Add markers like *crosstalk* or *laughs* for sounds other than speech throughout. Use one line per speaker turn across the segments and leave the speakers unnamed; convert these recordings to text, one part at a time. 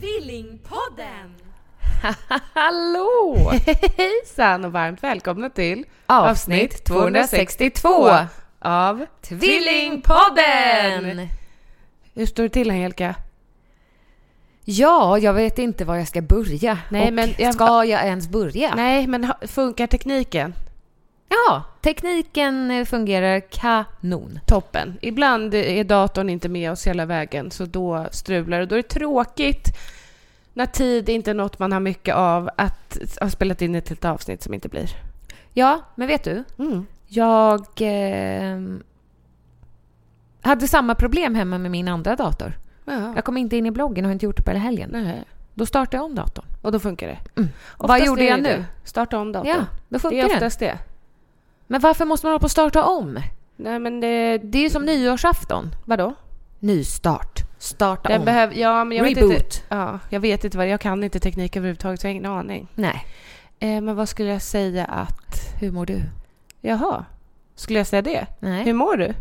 Tvillingpodden!
Hallå!
*laughs*
Hejsan och varmt välkomna till
Avsnitt 262
av
Tvillingpodden!
Hur står det till Angelica?
Ja, jag vet inte var jag ska börja.
Nej,
och
men jag-
ska jag ens börja?
Nej, men ha- funkar tekniken?
Ja, tekniken eh, fungerar kanon.
Toppen. Ibland är datorn inte med oss hela vägen så då strular det. Då är det tråkigt när tid är inte är något man har mycket av att ha spelat in ett helt avsnitt som inte blir.
Ja, men vet du?
Mm.
Jag ehm, hade samma problem hemma med min andra dator.
Ja.
Jag kom inte in i bloggen och har inte gjort det på hela helgen.
Nej.
Då startade jag om datorn.
Och då funkar det. Oftast
Mm. Vad gjorde
är
jag
det
nu?
det. Starta om datorn.
Ja, då
det
funkar
är
den.
oftast det.
Men varför måste man hålla på och starta om?
Nej, men eh, det...
Det är ju som nyårsafton.
Vadå?
Nystart. Starta
Den
om.
behöver, ja, men jag Vet
Reboot.
inte, ja, jag vet inte vad jag kan inte teknik överhuvudtaget så jag har ingen aning.
Nej.
Eh, men vad skulle jag säga att...
Hur mår du?
Jaha, skulle jag säga det?
Nej.
Hur mår du?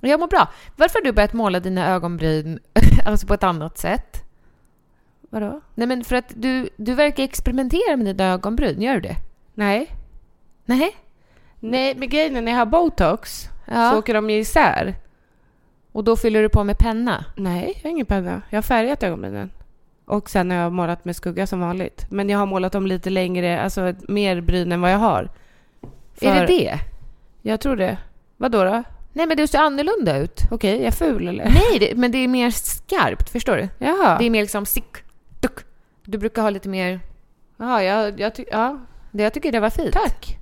Jag mår bra. Varför har du börjat måla dina ögonbryn *laughs* alltså på ett annat sätt?
Vadå?
Nej men för att du, du verkar experimentera med dina ögonbryn, gör du det?
Nej.
Nej.
Nej, men grejen är när jag har botox
Ja.
så åker de ju isär.
Och då fyller du på med penna?
Nej, jag har ingen penna. Jag har färgat ögonbrynen. Och sen har jag målat med skugga som vanligt. Men jag har målat dem lite längre, alltså ett- mer bryn än vad jag har.
Är
För-
det det?
Jag tror det. Vadå då?
Nej men du ser annorlunda ut. *laughs*
Okej, är jag ful eller?
Nej, det, men det är mer skarpt, förstår du?
Jaha.
Det är mer liksom sick, duck. Du brukar ha lite mer...
Ja, jag, jag ty- ja.
Det, jag tycker det var fint.
Tack.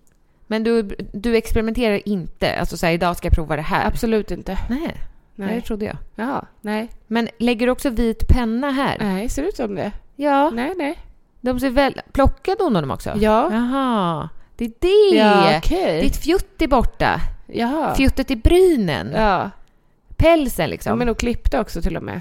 Men du, du experimenterar inte? Alltså såhär, idag ska jag prova det här?
Absolut inte.
Nej, Nej.
Nej.
det trodde jag.
Ja, nej.
Men lägger du också vit penna här?
Nej, ser det ut som det?
Ja.
Nej, nej.
De ser väl... Plockade hon dem också?
Ja.
Jaha. Det är det!
Ja, okej.
Ditt fjutt är borta.
Jaha.
Fjuttet i brynen.
Ja.
Pälsen
De är
liksom.
nog klippta också till och med.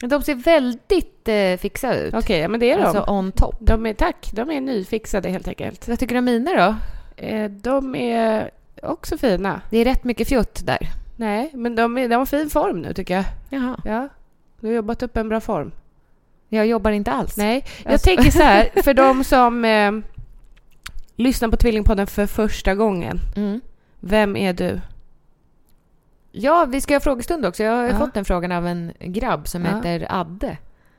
De ser väldigt eh, fixade ut.
Okej, ja, men det är de.
Alltså on top.
de är, tack, de är nyfixade helt enkelt.
Vad tycker du om mina då?
Eh, De är också fina.
Det är rätt mycket fjutt där.
Nej, men de, är, de har fin form nu tycker jag.
Jaha.
Ja. Du har jobbat upp en bra form.
Jag jobbar inte alls.
Nej, jag
Alltså-
tänker så här, *laughs* för de som eh, lyssnar på Tvillingpodden för första gången.
Mm.
Vem är du?
Ja, vi ska ha frågestund också. Jag har
Ja.
fått den frågan av en grabb som
Ja.
heter Adde.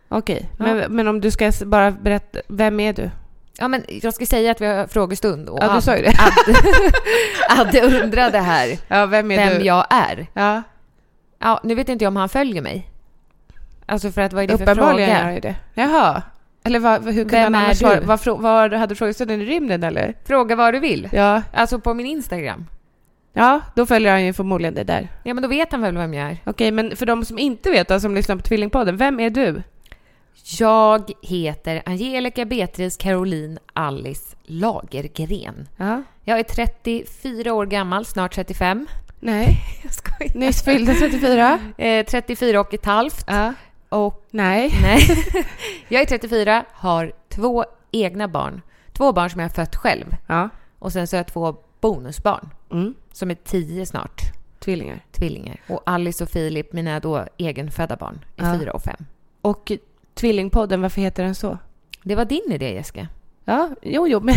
Okej,
Ja.
men, men om du ska s- bara berätta, vem är du?
Ja, men jag ska säga att vi har frågestund. Och
Ja, du
Ad-
sa ju det.
Adde, *laughs* Adde undrade här
Ja, vem är
vem
du?
jag är.
Ja,
Ja, nu vet inte jag om han följer mig. Alltså för att vad är det för
uppenbarligen gör
fråga?
jag det. Jaha. Eller vad, hur kunde
Vem
han annars
är du?
svara? Vad frå- vad hade frågestunden i rymden eller?
Fråga vad du vill.
Ja.
Alltså på min Instagram.
ja, då följer han ju förmodligen det där.
Ja, men då vet han väl vem jag är.
Okej, men för de som inte vet, alltså, som lyssnar på Tvillingpodden, vem är du?
Jag heter Angelica Beatrice Caroline Alice Lagergren.
Ja.
Jag är 34 år gammal, snart 35.
Nej, *laughs*
Jag skojar.
nyss fyllda 34.
Eh, 34 och ett halvt.
Ja.
Och
Nej.
nej, *laughs* jag är 34, har två egna barn. Två barn som jag har fött själv.
Ja.
Och sen så har jag två bonusbarn
Mm.
som är 10 snart,
Tvillingar.
tvillingar. Och Alice och Filip, mina då egenfödda barn, är
Ja.
4 och 5.
Och Tvillingpodden, varför heter den så?
Det var din idé Jessica.
Ja, jo, jo, *laughs* men,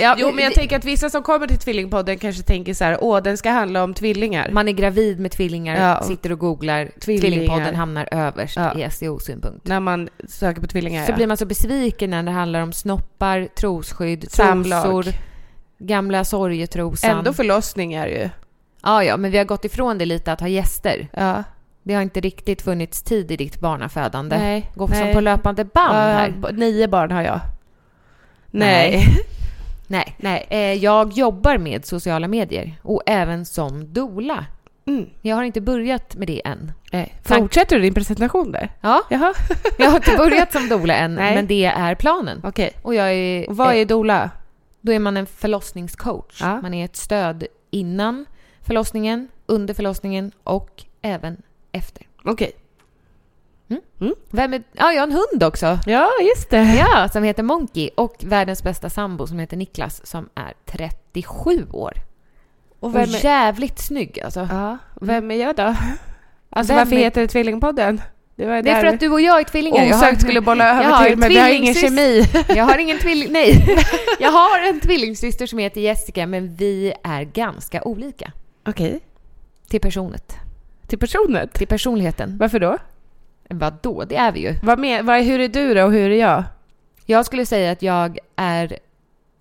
Ja,
jo, men jag tänker att vissa som kommer till Tvillingpodden kanske tänker så här, åh, den ska handla om tvillingar.
man är gravid med tvillingar,
Ja.
sitter och googlar,
Tvillingar.
tvillingpodden hamnar överst
Ja.
i SEO-synpunkt.
när man söker på tvillingar,
Så
ja.
blir man så besviken när det handlar om snoppar, trosskydd,
Samlag.
trosor, gamla sorgetrosan.
Ändå förlossningar ju.
Ja, ja, men vi har gått ifrån det lite att ha gäster.
Ja.
Det har inte riktigt funnits tid i ditt barnafödande.
Nej,
Gå som
nej.
på löpande band här.
Ja, b- nio barn har jag.
Nej.
Nej. *laughs*
Nej, nej. Eh, jag jobbar med sociala medier och även som doula.
Mm.
Jag har inte börjat med det än.
Nej. Fortsätter du din presentation där?
Ja,
*laughs* Jaha.
jag har inte börjat som doula än,
Nej.
men det är planen.
Okej.
Och jag är,
Och vad
eh,
är doula?
Då är man en förlossningscoach.
Ja.
Man är ett stöd innan förlossningen, under förlossningen och även efter.
Okej.
Vem är, ja, jag har en hund också.
Ja, just det.
*laughs* Ja, som heter Monkey och världens bästa sambo som heter Niklas som är 37 år.
Och Mm.
Och,
vem är-
jävligt snygg alltså.
Ja, vem är jag då? Alltså
Vem
varför
är-
heter det Tvillingpodden? Det var
Det är för att du och jag är tvillingar. Jag har-
osökt skulle bolla
Jag
över
har
till
en
men vi har ingen
tvillingsys-
kemi.
*laughs* Jag har ingen tvilling...
*laughs*
Nej. Jag har en tvillingsyster som heter Jessica men vi är ganska olika.
Okej.
Till personet.
Till personen?
Till personligheten.
Varför då?
Vadå? Det är vi ju.
Vad med, vad, hur är du då och hur är jag?
Jag skulle säga att jag är,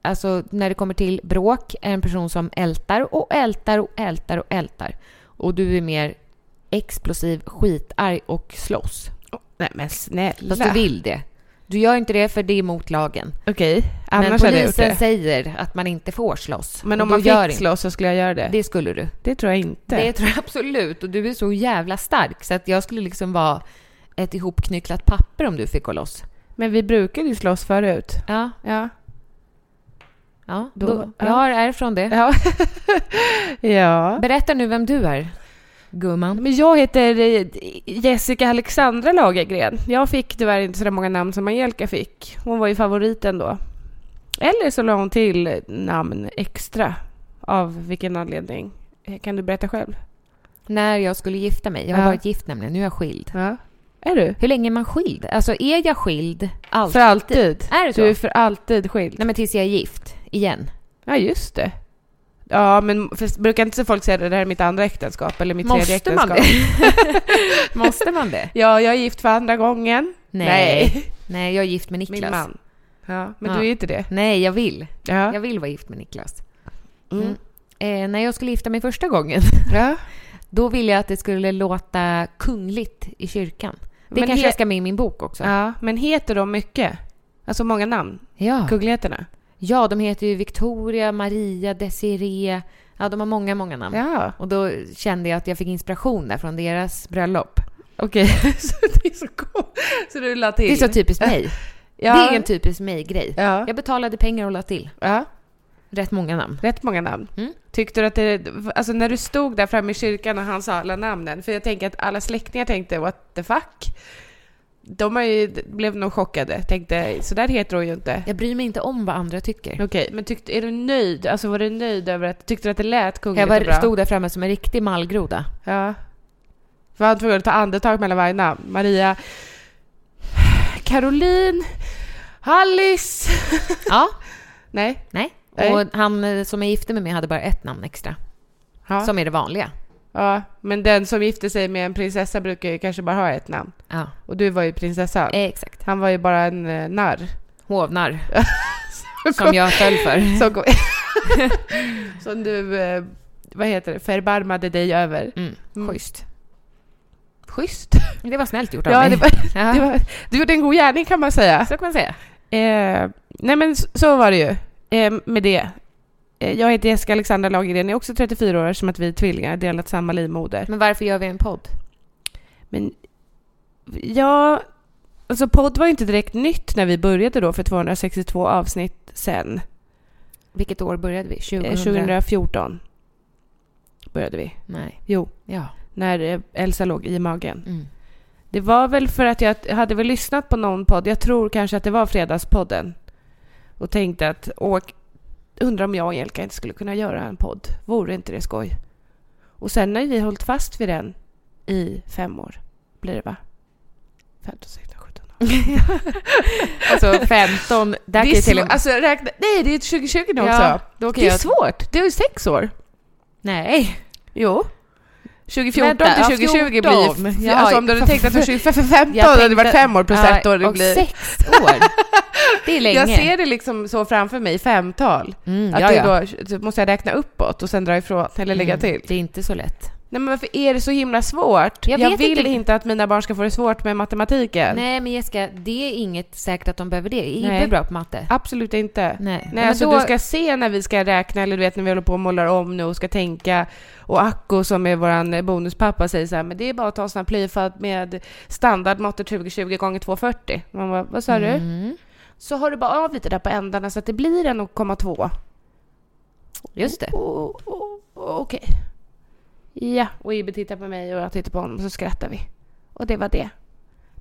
alltså när det kommer till bråk, en person som ältar och ältar och ältar och ältar. Och du är mer explosiv, skitarg och slåss.
nej men snälla.
Fast du vill det. Du gör inte det för det är emot lagen.
Okej,
Men
annars hade jag gjort
polisen
det.
säger att man inte får slåss.
Men
Och
om
då
man
gör
fick
inte-
slåss så skulle jag göra det. Det,
Det skulle du.
tror jag inte.
Det tror jag absolut. Och du är så jävla stark så att jag skulle liksom vara ett ihopknycklat papper om du fick gå loss.
Men vi brukade ju slåss förut.
Ja,
Ja.
ja. Då,
Då-
jag
ja.
har är från det.
Ja. *laughs* ja.
Berätta nu vem du är, gumman.
Men jag heter eh, Jessica Alexandra Lagergren. Jag fick tyvärr inte så där många namn som Angelica fick. Hon var ju favoriten då. Eller så la hon till namn extra. Av vilken anledning? Eh, Kan du berätta själv?
När jag skulle gifta mig. Jag har
Ja.
varit gift nämligen, nu är jag skild.
Ja. Är du?
Hur länge är man skild? Alltså är jag skild alltid?
För alltid.
Är det så?
Du är för alltid skild.
Nej men tills jag är gift, igen.
Ja, just det. Ja, men för, brukar inte så folk säga det, det här är mitt andra äktenskap eller mitt tredje
Måste
äktenskap?
man det? Måste man det?
*laughs* Ja, jag är gift för andra gången.
Nej. Nej, jag är gift med
Min
Niklas.
man. Ja, men
Ja.
du är ju inte det.
Nej, jag vill.
Ja.
Jag vill vara gift med Niklas.
Mm.
Mm. Eh, när jag skulle gifta mig första gången, *laughs*
ja.
då ville jag att det skulle låta kungligt i kyrkan. Det
Men
kanske
he-
jag ska med i min bok också.
Ja, men heter de mycket? Alltså många namn?
Ja.
Kungligheterna?
ja, de heter ju Victoria, Maria, Desiree. Ja, de har många, många namn.
Ja,
Och då kände jag att jag fick inspiration där från deras bröllop.
okej. *laughs* så det är så coolt. Så du la till?
Det är så
*laughs*
typiskt mig.
Ja.
Det är en typisk mig-grej.
Ja.
Jag betalade pengar och la till
ja,
rätt många namn.
rätt många namn.
Mm.
Tyckte du att det, alltså när du stod där framme i kyrkan och han sa alla namnen, för jag tänker att alla släktingar tänkte what the fuck? De har ju, blev nog chockade, tänkte så där heter hon ju inte.
Jag bryr mig inte om vad andra tycker.
Okej, men tyckte, är du nöjd? Alltså var du nöjd över att, tyckte du att det lät
Jag
kungligt och
var,
bra?
stod där framme som en riktig mallgroda.
Ja. För han var tvungen att ta andetag mellan varje namn. Maria, Caroline, Alice.
Ja,
Nej.
nej.
Nej.
Och han eh, som är gifte med mig hade bara ett namn extra.
Ja.
Som är det vanliga.
ja. Men den som gifter sig med en prinsessa brukar ju kanske bara ha ett namn.
Ja,
Och du var ju prinsessan.
eh, exakt.
Han var ju bara en eh, narr.
Hovnar.
*laughs*
som jag föll för.
Som, kom-
*laughs*
som du, eh, vad heter det, förbarmade dig över.
Mm.
Mm.
Schysst.
Schysst.
Det var snällt gjort av
Ja,
mig.
det var,
ja.
det var, du gjorde en god gärning kan man säga.
Så kan man säga.
Eh, nej men så, så var det ju eh, med det. Eh, jag heter Jessica Alexandra Lagergren, jag är också 34 år som att vi är tvillingar, delat samma livmoder.
Men varför gör vi en podd?
Men ja, alltså podd var ju inte direkt nytt när vi började då för 262 avsnitt sen.
Vilket år började vi? 2000?
Eh, 2014 började vi.
Nej.
Jo,
Ja.
när eh, Elsa låg i magen.
Mm.
Det var väl för att jag hade väl lyssnat på någon podd, jag tror kanske att det var Fredagspodden. Och tänkte att, och undrar om jag och Angelica inte skulle kunna göra en podd. Vore inte det skoj? Och sen har ju vi hållit fast vid den i fem år, blir det va? 15, 16, 17,
*laughs* Alltså 15, där kan
det är
ju till och
svårt.
med...
Alltså, räkna, nej, det är 2020 nu
Ja,
också.
då kan
Det är
jag-
svårt. Det är ju sex år. *laughs*
Nej.
Jo. 2014
Vänta, ja,
till 2020 blir ju...
14.
Ja, alltså om du hade tänkt att du 2015 hade det varit fem år plus
Ja,
ett år. Det
och
blir.
sex
*laughs*
år. Det är länge.
Jag ser det liksom så framför mig, femtal.
Mm,
Att
ja,
det
ja.
då så måste jag räkna uppåt och sen dra ifrån eller lägga
Mm,
till.
Det är inte så lätt.
Nej men varför är det så himla svårt?
Jag
Jag,
vet
vill
inte.
inte. att mina barn ska få det svårt med matematiken.
Nej, men Jessica, det är inget säkert att de behöver det. Ibbe
Nej.
är bra på matte.
Absolut inte.
Nej.
Nej,
Men
alltså
då-
du ska se när vi ska räkna eller du vet när vi håller på och målar om nu och ska tänka. Och Acko som är våran bonuspappa säger så här, men det är bara att ta en sån här plyfad med standardmåttet 2020 gånger 240. Man bara, vad sa du?
Mm.
Så har du bara av lite där på ändarna så att det blir en 0,2.
Just det.
Oh, oh, oh, Okej. Ja, och Ibe tittar på mig och jag tittar på honom och så skrattar vi. Och det var det.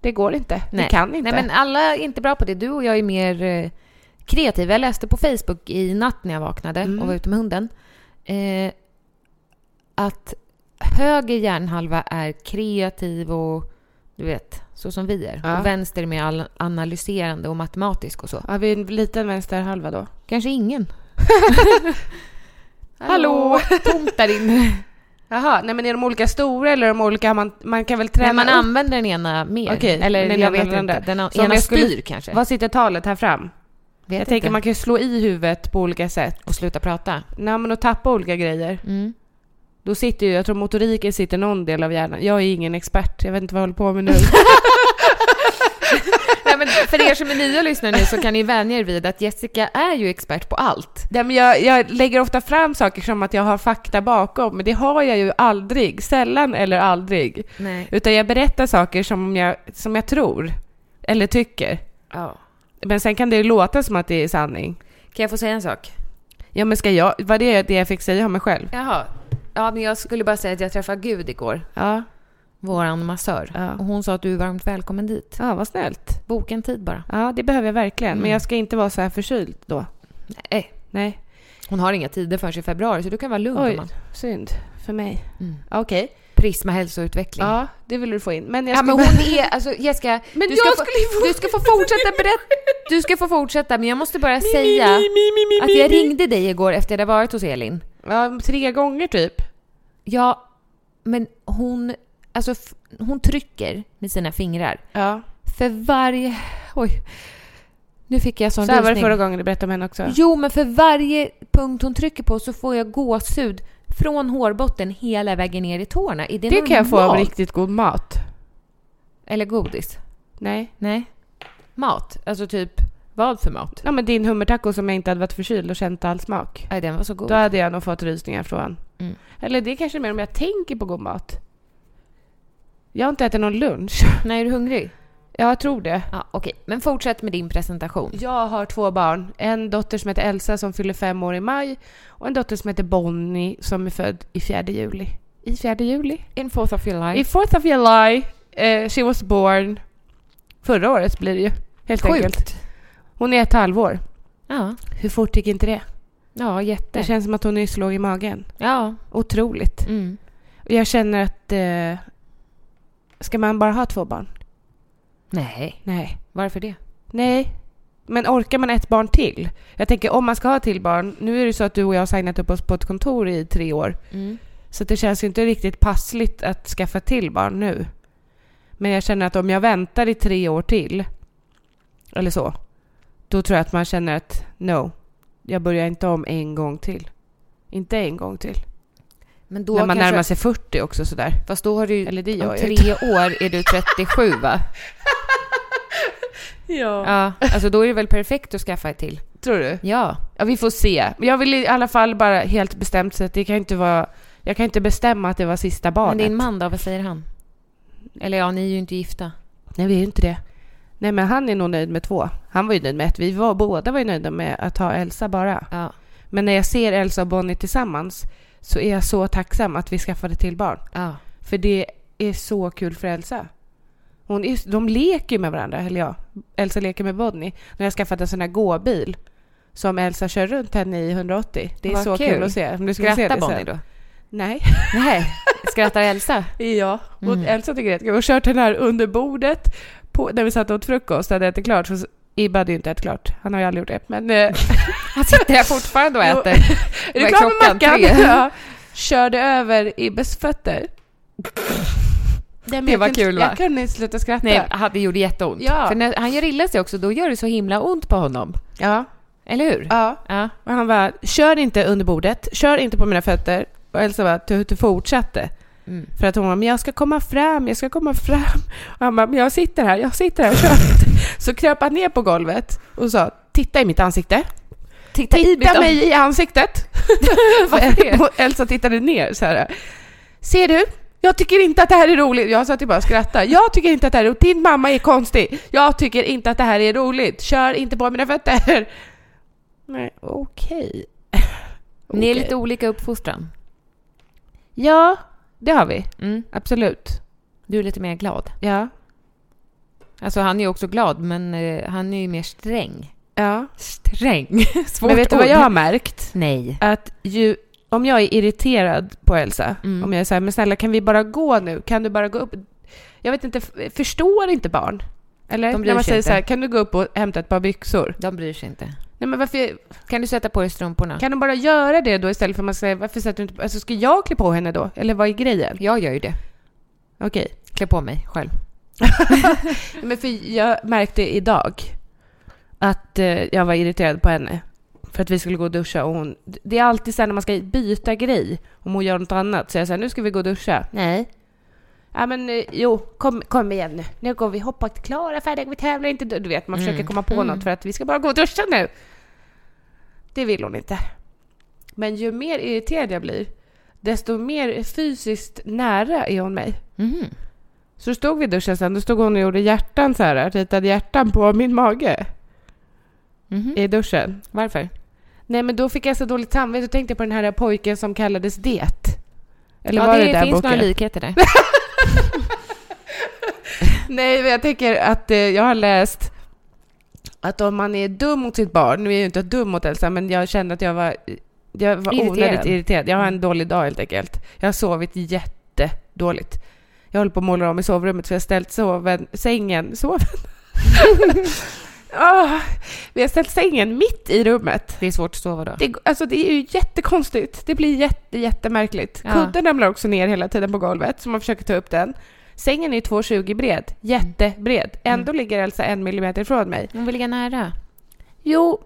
Det går inte.
Nej.
Det kan inte.
Nej, men alla är inte bra på det. Du och jag är mer eh, kreativa. Jag läste på Facebook i natt när jag vaknade
Mm.
och var ute med hunden. Eh, att höger hjärnhalva är kreativ och du vet, så som vi är.
Ja.
Och vänster är mer all- analyserande och matematisk och så.
Har vi en liten vänsterhalva då?
Kanske ingen.
*laughs* Hallå! *laughs*
Tomt där inne.
Jaha, nej men är de olika stora eller är de olika? Man, man kan väl träna
Men man
upp?
använder den ena mer.
Okej,
eller
den
jag
ena
vet
eller
inte.
andra.
Den
Så om
ena
jag skulle-
styr kanske.
Vad sitter talet här fram?
vet
jag tänker
inte.
man kan ju slå i huvudet på olika sätt.
Och sluta prata.
Nej men att tappa olika grejer.
Mm.
Då sitter ju, jag tror motoriken sitter någon del av hjärnan. Jag är ingen expert, jag vet inte vad jag håller på med
*laughs*
nu. *laughs*
Nej, men för er som är nya lyssnare nu så kan ni vänja er vid att Jessica är ju expert på allt.
Nej, men jag, jag lägger ofta fram saker som att jag har fakta bakom, men det har jag ju aldrig. Sällan eller aldrig.
Nej.
Utan jag berättar saker som jag, som jag tror, eller tycker.
Ja.
Men sen kan det ju låta som att det är sanning.
Kan jag få säga en sak?
Ja, men ska jag, var det det jag fick säga om mig själv?
Jaha. Ja, men jag skulle bara säga att jag träffade Gud igår.
Ja,
Våran massör.
Ja.
Och hon sa att du är varmt välkommen dit.
ja vad snällt.
Boka en tid bara.
Ja, det behöver jag verkligen.
Mm.
Men jag ska inte vara så här förkyld då.
Nej.
Nej.
Hon har inga tider förrän i februari så du kan vara lugn.
Oj,
gumman.
synd för mig.
Mm.
Okej.
Prisma hälsoutveckling.
Ja, det vill du få in. Men jag
Ja,
ska
men
börja-
hon är, alltså Jessica,
Men
du, ska
jag
få,
skulle ju få-
du ska få fortsätta berätta. Du ska få fortsätta, men jag måste bara säga
mi, mi, mi, mi,
att jag
mi.
ringde dig igår efter jag hade varit hos Elin.
Ja, tre gånger typ.
Ja, men hon, alltså, f- hon trycker med sina fingrar.
Ja.
För varje... Oj. Nu fick jag sån
Så här var det
rysning.
förra gången du berättade om henne också.
Jo, men för varje punkt hon trycker på så får jag gåshud från hårbotten hela vägen ner i tårna. Är det,
Det kan jag få av
normalt?
riktigt god mat.
Eller godis?
Nej.
Nej. Mat? Alltså typ, vad för mat?
Ja, men din hummertaco som jag inte hade varit förkyld och känt all smak.
Nej, den var så god.
Då hade jag nog fått rysningar från.
Oh. Mm.
Eller det är kanske mer om jag tänker på god mat. Jag har inte ätit någon lunch.
När är du hungrig?
Jag tror det.
Ja, okej. Men fortsätt med din presentation.
Jag har två barn. En dotter som heter Elsa som fyller fem år i maj och en dotter som heter Bonnie som är född i fjärde juli. I fjärde juli?
In fourth of July.
I fourth of July, eh, she was born förra året blir det ju. Helt
Sjukt.
enkelt. Hon är ett halvår.
Ja.
Hur fort gick inte det?
Ja, jätte.
Det känns som att hon nyss låg i magen.
Ja.
Otroligt.
Mm.
Och jag känner att... Eh, ska man bara ha två barn?
Nej.
Nej.
Varför det?
Nej. Men orkar man ett barn till? Jag tänker om man ska ha till barn. Nu är det ju så att du och jag har signat upp oss på ett kontor i tre år.
Mm.
Så det känns ju inte riktigt passligt att skaffa till barn nu. Men jag känner att om jag väntar i tre år till, eller så, då tror jag att man känner att no, jag börjar inte om en gång till. Inte en gång till.
Men då
När man
kanske...
närmar sig 40 också sådär.
Fast då har du
Eller det
om
gör jag
tre
inte.
år är du 37 va?
Ja.
Ja. Alltså då är det väl perfekt att skaffa ett till?
Tror du?
Ja.
Ja, vi får se. Men Jag vill i alla fall bara helt bestämt säga att det kan ju inte vara... Jag kan ju inte bestämma att det var sista barnet.
Men din man då, vad säger han? Eller ja, ni är ju inte gifta.
Nej, vi är ju inte det. Nej, men han är nog nöjd med två. Han var ju nöjd med ett. Vi var, båda var ju nöjda med att ha Elsa bara.
Ja.
Men när jag ser Elsa och Bonnie tillsammans så är jag så tacksam att vi skaffade till barn.
Ja.
För det är så kul för Elsa. Hon är, de leker ju med varandra, eller ja, Elsa leker med Bonnie. När jag skaffat en sån här gåbil som Elsa kör runt henne i 180. Det är
Vad
så kul.
kul.
att se. Om Du skulle se
Skrattar
det
Bonnie
sen.
då?
Nej.
Nej. Skrattar Elsa? Mm.
Ja, och Elsa tycker det är jättekul. Hon har kört den här under bordet, på, när vi satt och åt frukost och hade ätit klart, så s- Ibbe hade ju inte ätit klart. Han har ju aldrig gjort det. Men eh, *laughs*
Han sitter här fortfarande och
Jo.
äter.
är
Vad
du
är
klar med
klockan?
mackan?
Tre.
*laughs* Ja. Körde över Ibbes fötter. Nej, men
Det
jag
var
kunde-
kul, va?
Jag kunde inte sluta skratta.
Nej, han- det gjorde jätteont.
Ja.
För när han gör illa sig också, då gör det så himla ont på honom.
Ja.
Eller hur?
ja.
Ja.
Och han bara, kör inte under bordet, kör inte på mina fötter. Och Elsa bara, du, du fortsatte.
Mm.
För att hon bara, men jag ska komma fram, jag ska komma fram. *laughs* Och han bara, men jag sitter här, jag sitter här. Kör *laughs* inte." Så kröp han ner på golvet och sa, titta i mitt ansikte.
Titta,
Titta mig i *laughs* ansiktet.
Varför det?
Och *laughs* Elsa tittade ner så här. Ser du? Jag tycker inte att det här är roligt. Jag satt ju bara och skrattade. Jag tycker inte att det här är roligt. Din mamma är konstig. Jag tycker inte att det här är roligt. Kör inte på mina fötter. Nej, okej.
Ni är
Okej.
lite olika uppfostran.
Ja, det har vi.
Mm.
Absolut.
Du är lite mer glad.
Ja.
Alltså han är ju också glad, men eh, han är ju mer sträng.
ja. *laughs*
Sträng? Svårt
Men vet du vad
ord.
jag har märkt?
Nej.
Att ju, om jag är irriterad på Elsa,
Mm.
om jag säger men snälla kan vi bara gå nu? Kan du bara gå upp? Jag vet inte, f- förstår inte barn? Eller?
De bryr
När man
sig
säger
inte.
så här, kan du gå upp och hämta ett par byxor?
De bryr sig inte.
Nej men varför,
Kan du sätta på dig strumporna?
kan de bara göra det då istället för att man säger, varför sätter du inte på, alltså ska jag klä på henne då? Eller vad är grejen?
Jag gör ju det.
Okej.
Klä på mig själv.
Nej, Men för jag märkte idag att eh, jag var irriterad på henne. För att vi skulle gå och duscha och hon... Det är alltid så här när man ska byta grej, om hon gör något annat, så jag säger nu ska vi gå och duscha.
Nej.
Ja men eh, jo, kom, kom igen nu. Nu går vi, hoppa klara, färdiga, vi tävlar inte. Du vet, man försöker komma på något för att vi ska bara gå och duscha nu. Det vill hon inte. Men ju mer irriterad jag blir, desto mer fysiskt nära är hon mig.
Mhm.
Så stod vi i duschen sen, då stod hon och gjorde hjärtan så här, ritade hjärtan på min mage
Mhm.
i duschen.
Varför?
Nej men då fick jag så dåligt samvete, då tänkte jag på den här pojken som kallades Det. Eller
ja,
var det,
det,
där
finns
boken?
några
*laughs*
likheter där.
Nej, men jag tänker att eh, jag har läst att om man är dum mot sitt barn, nu är jag ju inte dum mot Elsa, men jag kände att jag var, jag var
Irriterad.
onödigt irriterad. Jag har en dålig dag helt enkelt. Jag har sovit jättedåligt. Jag håller på att måla om i sovrummet för jag har ställt soven, sängen, soven? *laughs* Ah, vi har ställt sängen mitt i rummet.
Det är svårt att sova då.
Det, g- alltså det är ju jättekonstigt. Det blir jätte, jättemärkligt.
Ja.
Kudden ramlar också ner hela tiden på golvet, så man försöker ta upp den. Sängen är ju 2,20 bred. Jättebred. Ändå ligger Elsa en millimeter ifrån mig.
Hon vill ligga nära.
Jo,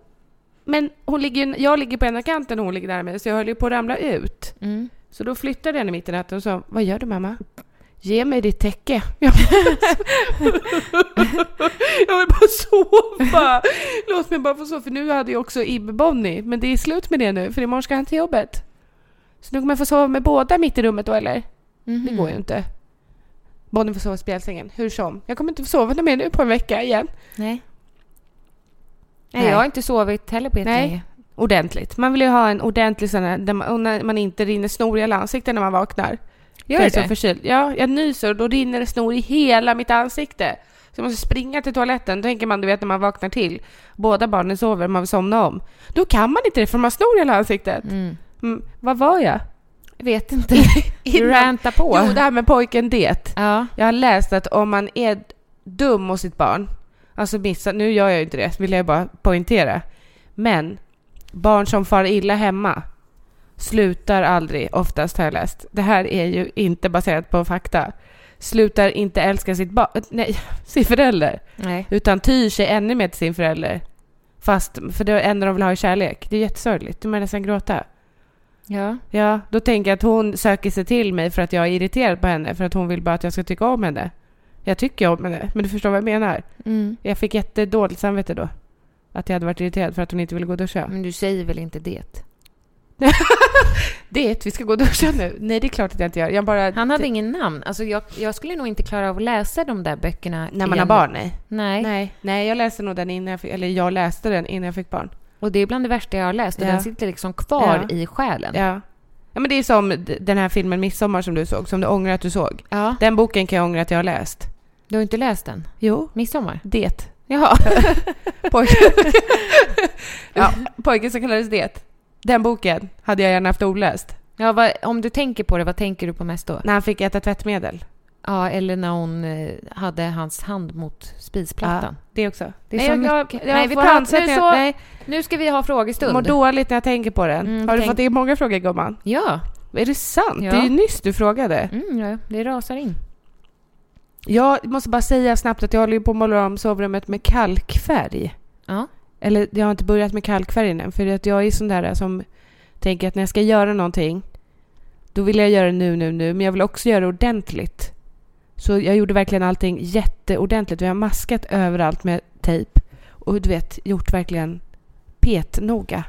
men hon ligger, ju- jag ligger på ena kanten och hon ligger nära mig, så jag höll ju på att ramla ut.
Mm.
Så då flyttade jag henne mitt i natten och sa, vad gör du mamma? Ge mig ditt täcke. *laughs* Jag jag vill bara sova. Låt mig bara få sova. För nu hade jag också Ibbe Bonnie, men det är slut med det nu, för imorgon ska han till jobbet. Så nu kommer jag få sova med båda mitt i rummet då eller?
Mhm.
Det går ju inte. Bonnie får sova i spjälsängen, hur som. Jag kommer inte få sova mer nu på en vecka igen.
Nej. Nej,
Nej.
jag har inte sovit heller på
Nej.
jättelänge.
Ordentligt. Man vill ju ha en ordentlig sån här, där man, och när man inte rinner snor i hela ansiktet när man vaknar.
Gör
För
du
jag är
det?
så förkyld. Ja, jag nyser och då rinner det snor i hela mitt ansikte. Så jag måste springa till toaletten. Då tänker man, du vet när man vaknar till, båda barnen sover, man vill somna om. Då kan man inte det för man har snor i hela ansiktet.
Mm.
Mm, vad var jag?
Jag vet *laughs* inte.
*laughs* Innan-
Du rantar på.
Jo, det här med pojken det.
Ja.
Jag har läst att om man är dum mot sitt barn, alltså missar, nu gör jag ju inte det, vill jag bara poängtera. Men barn som far illa hemma slutar aldrig, oftast har jag läst. Det här är ju inte baserat på fakta. Slutar inte älska sitt barn, nej, *laughs* sin förälder,
Nej.
utan tyr sig ännu mer till sin förälder. Fast, för det enda de vill ha är kärlek. Det är jättesorgligt, du börjar nästan gråta.
Ja.
Ja, då tänker jag att hon söker sig till mig för att jag är irriterad på henne, för att hon vill bara att jag ska tycka om henne. Jag tycker om henne, men du förstår vad jag menar.
Mm.
Jag fick jättedåligt samvete då. Att jag hade varit irriterad för att hon inte ville gå och duscha.
Men du säger väl inte det?
Det, vi ska gå och duscha nu. Nej, det är klart att jag inte gör. Jag bara...
Han hade ingen namn. Alltså jag, jag skulle nog inte klara av att läsa de där böckerna.
När man
igen.
har barn, nej.
Nej.
Nej, nej, jag läste nog den innan jag fick, eller jag läste den innan jag fick barn.
Och det är bland det värsta jag har läst. Och
Ja.
den sitter liksom kvar
Ja.
i själen.
Ja. Ja, men det är som d- den här filmen Midsommar som du såg, som du ångrar att du såg.
Ja.
Den boken kan jag ångra att jag har läst.
Du har inte läst den?
Jo.
Midsommar?
Det.
Jaha.
Pojken.
*laughs*
ja, pojken som kallades Det. Den boken hade jag gärna haft oläst.
Ja, vad, om du tänker på det, vad tänker du på mest då?
När han fick äta tvättmedel.
Ja, eller när hon eh, hade hans hand mot spisplattan.
Det också. Det är
Nej,
så
jag- jag-
mycket.
jag får
handsättningar.
nu så-
Nej,
Nu ska vi ha frågestund.
mår dåligt när jag tänker på den.
Mm,
Har du
tänk-
fått in många frågor gumman?
Ja.
Är det sant?
Ja.
Det är ju nyss du frågade.
Mm, ja, det rasar in.
Jag måste bara säga snabbt att jag håller ju på att måla om sovrummet med kalkfärg.
Ja.
Eller jag har inte börjat med kalkfärgen än, för att jag är sån där som tänker att när jag ska göra någonting, då vill jag göra det nu, nu, nu, men jag vill också göra det ordentligt. Så jag gjorde verkligen allting jätteordentligt. Vi har maskat överallt med tejp och du vet, gjort verkligen petnoga.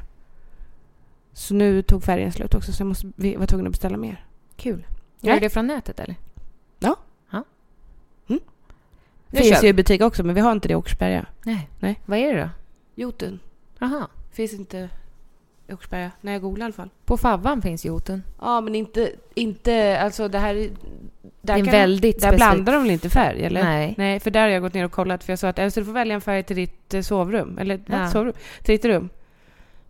Så nu tog färgen slut också, så jag måste, vi var tvungna att beställa mer.
Kul.
Nej.
Gör du det från nätet eller?
Ja.
ja.
Mm.
Nu
Finns
kör
ju
vi.
i butik också, men vi har inte det i Åkersberga.
Nej.
Nej.
Vad är det då?
Jotun.
Aha.
Finns inte i Åkersberga, när jag googlar i alla fall.
På Favvan finns Jotun.
Ja, men inte... inte alltså det här... är- Där
Det är en
kan
väldigt
de, Där
specifik-
blandar de väl inte färg? Eller?
Nej.
Nej, för där har jag gått ner och kollat. För jag sa att "Eller så du får välja en färg till ditt eh, sovrum. Eller va?
Ja.
sovrum? Till ditt rum.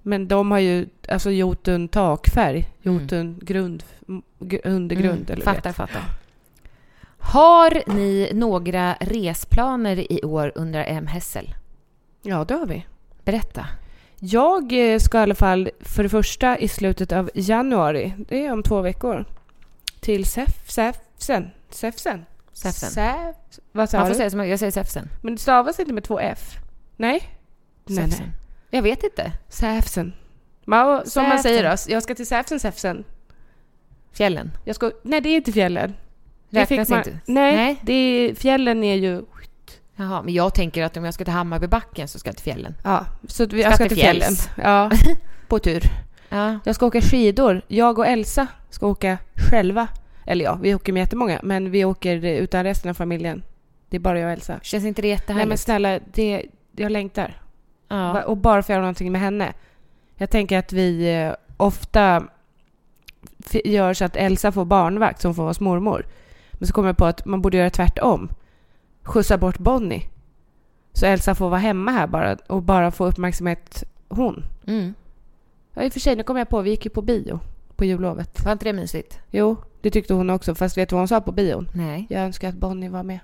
Men de har ju alltså Jotun takfärg.
Mm.
Jotun grund, m- gr- undergrund. eller du
fattar,
vet.
fattar. Har ni några resplaner i år, undrar M. Hessel.
Ja, det har vi.
Berätta.
Jag eh, ska i alla fall för det första i slutet av januari, det är om två veckor, till Säf- Säfsen. Säfsen?
Säfsen.
Säf, vad sa
Man
du?
får säga som jag säger Säfsen.
Men det stavas inte med två F? Nej?
Säfsen. Jag vet inte.
Säfsen. Ma, som man
Säfsen.
säger då, jag ska till Säfsen, Säfsen.
Fjällen.
Jag ska, nej, det är inte fjällen. Det
Räknas
fick man-
inte?
Nej,
Nej.
Det är, fjällen är ju...
Jaha, men jag tänker att om jag ska till Hammarbybacken så ska jag till fjällen.
Ja, så att vi- jag ska till fjällen.
Skattefjälls. *laughs*
Ja, på tur.
Ja.
Jag ska åka skidor. Jag och Elsa ska åka själva. Eller ja, vi åker med jättemånga, men vi åker eh, utan resten av familjen. Det är bara jag och Elsa.
Känns inte det
Nej men
jättehärligt?
snälla, det, jag längtar. Va-
ja.
Och bara för att göra någonting med henne. Jag tänker att vi eh, ofta f- gör så att Elsa får barnvakt, så hon får vara hos mormor. Men så kommer jag på att man borde göra tvärtom. Skjutsa bort Bonnie. Så Elsa får vara hemma här bara och bara få uppmärksamhet hon.
Mm.
Ja, i och för sig, nu kommer jag på, vi gick ju på bio på jullovet.
Var inte det mysigt?
Jo, det tyckte hon också, fast vet du vad hon sa på bion?
Nej.
Jag önskar att Bonnie var med.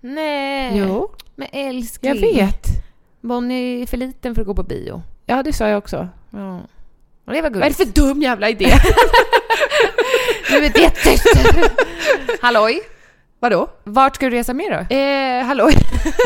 Nej.
Jo,
Men älskling.
jag vet.
Bonnie är för liten för att gå på bio.
Ja, det sa jag också.
Ja. Och det var
Vad är det
gulligt.
för dum jävla idé?
*laughs* Du är jättetyst. Halloj.
Vadå?
Vart ska du resa med då?
Eh, hallå?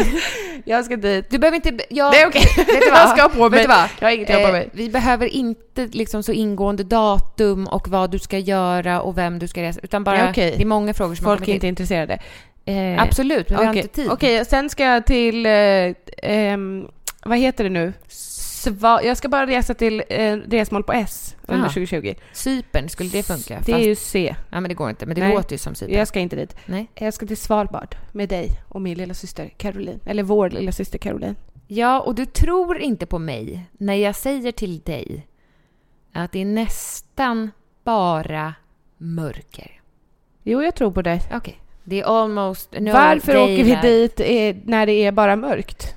*laughs* jag ska dit.
Du behöver inte... Jag,
Nej, okej.
Vet du
*laughs*
vad?
Jag ska ha på
Vet
mig.
du vad? Eh,
Jag har ingenting att ha på mig.
Vi behöver inte liksom så ingående datum och vad du ska göra och vem du ska resa. Utan bara...
Nej, okej.
Det är många frågor som har
Folk är
kommit
inte
in.
intresserade. Eh,
Absolut, men vi har
okej.
inte tid.
Okej, och sen ska jag till... Eh, ehm, vad heter det nu? Sva- jag ska bara resa till eh, resmål på S under
Aha.
2020.
Cypern, skulle det funka?
Det är ju C.
Ja, men det går inte. Men det
Nej.
låter ju som Cypern.
Jag ska inte dit.
Nej.
Jag ska till Svalbard med dig och min lilla syster Caroline. Eller vår lilla syster Caroline.
Ja, och du tror inte på mig när jag säger till dig att det är nästan bara mörker.
Jo, jag tror på dig.
Okej. Det är almost... no
Varför åker vi
daylight.
dit eh, när det är bara mörkt?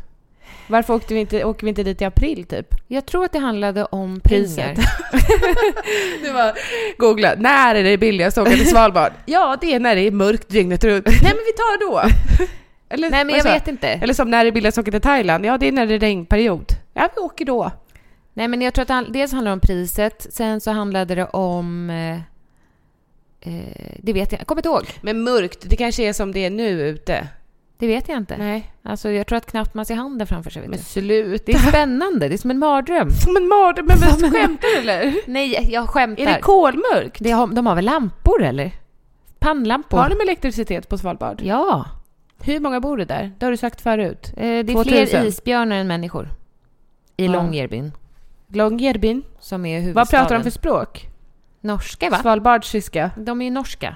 Varför åkte vi inte, åker vi inte dit i april, *laughs* typ?
Jag tror att det handlade om
Priset.
pengar.
Du bara googla, när är det billigast att åka till Svalbard? *laughs* ja, det är när det är mörkt dygnet runt. *laughs* Nej men vi tar då! *laughs* Eller,
Nej, men
vad
jag
sa
vet inte.
Eller som när det är billigast att åka till Thailand? Ja, det är när det är regnperiod. Ja, vi åker då.
Nej, men jag tror att det han- dels handlar det om priset, sen så handlade det om... Eh, eh, det vet jag Jag kommer inte ihåg.
Men mörkt, det kanske är som det är nu ute.
Det vet jag inte.
Nej.
Alltså, jag tror att knappt man ser handen framför sig. Vet
Men
du.
sluta.
Det är spännande. Det är som en
*laughs*
mardröm.
Som en mardröm. Men vem skämtar eller?
Nej, jag skämtar.
Är det kolmörkt?
Det har, de har väl lampor, eller? Pannlampor?
Har de elektricitet på Svalbard?
Ja.
Hur många bor det där? Det har du sagt förut.
Eh, det är
2000.
fler isbjörnar än människor. I
Ja.
Långjärbyn,
Longyearbyen.
som är huvudstaden.
Vad pratar de för språk?
Norska, va?
Svalbardsyska.
De är ju norska.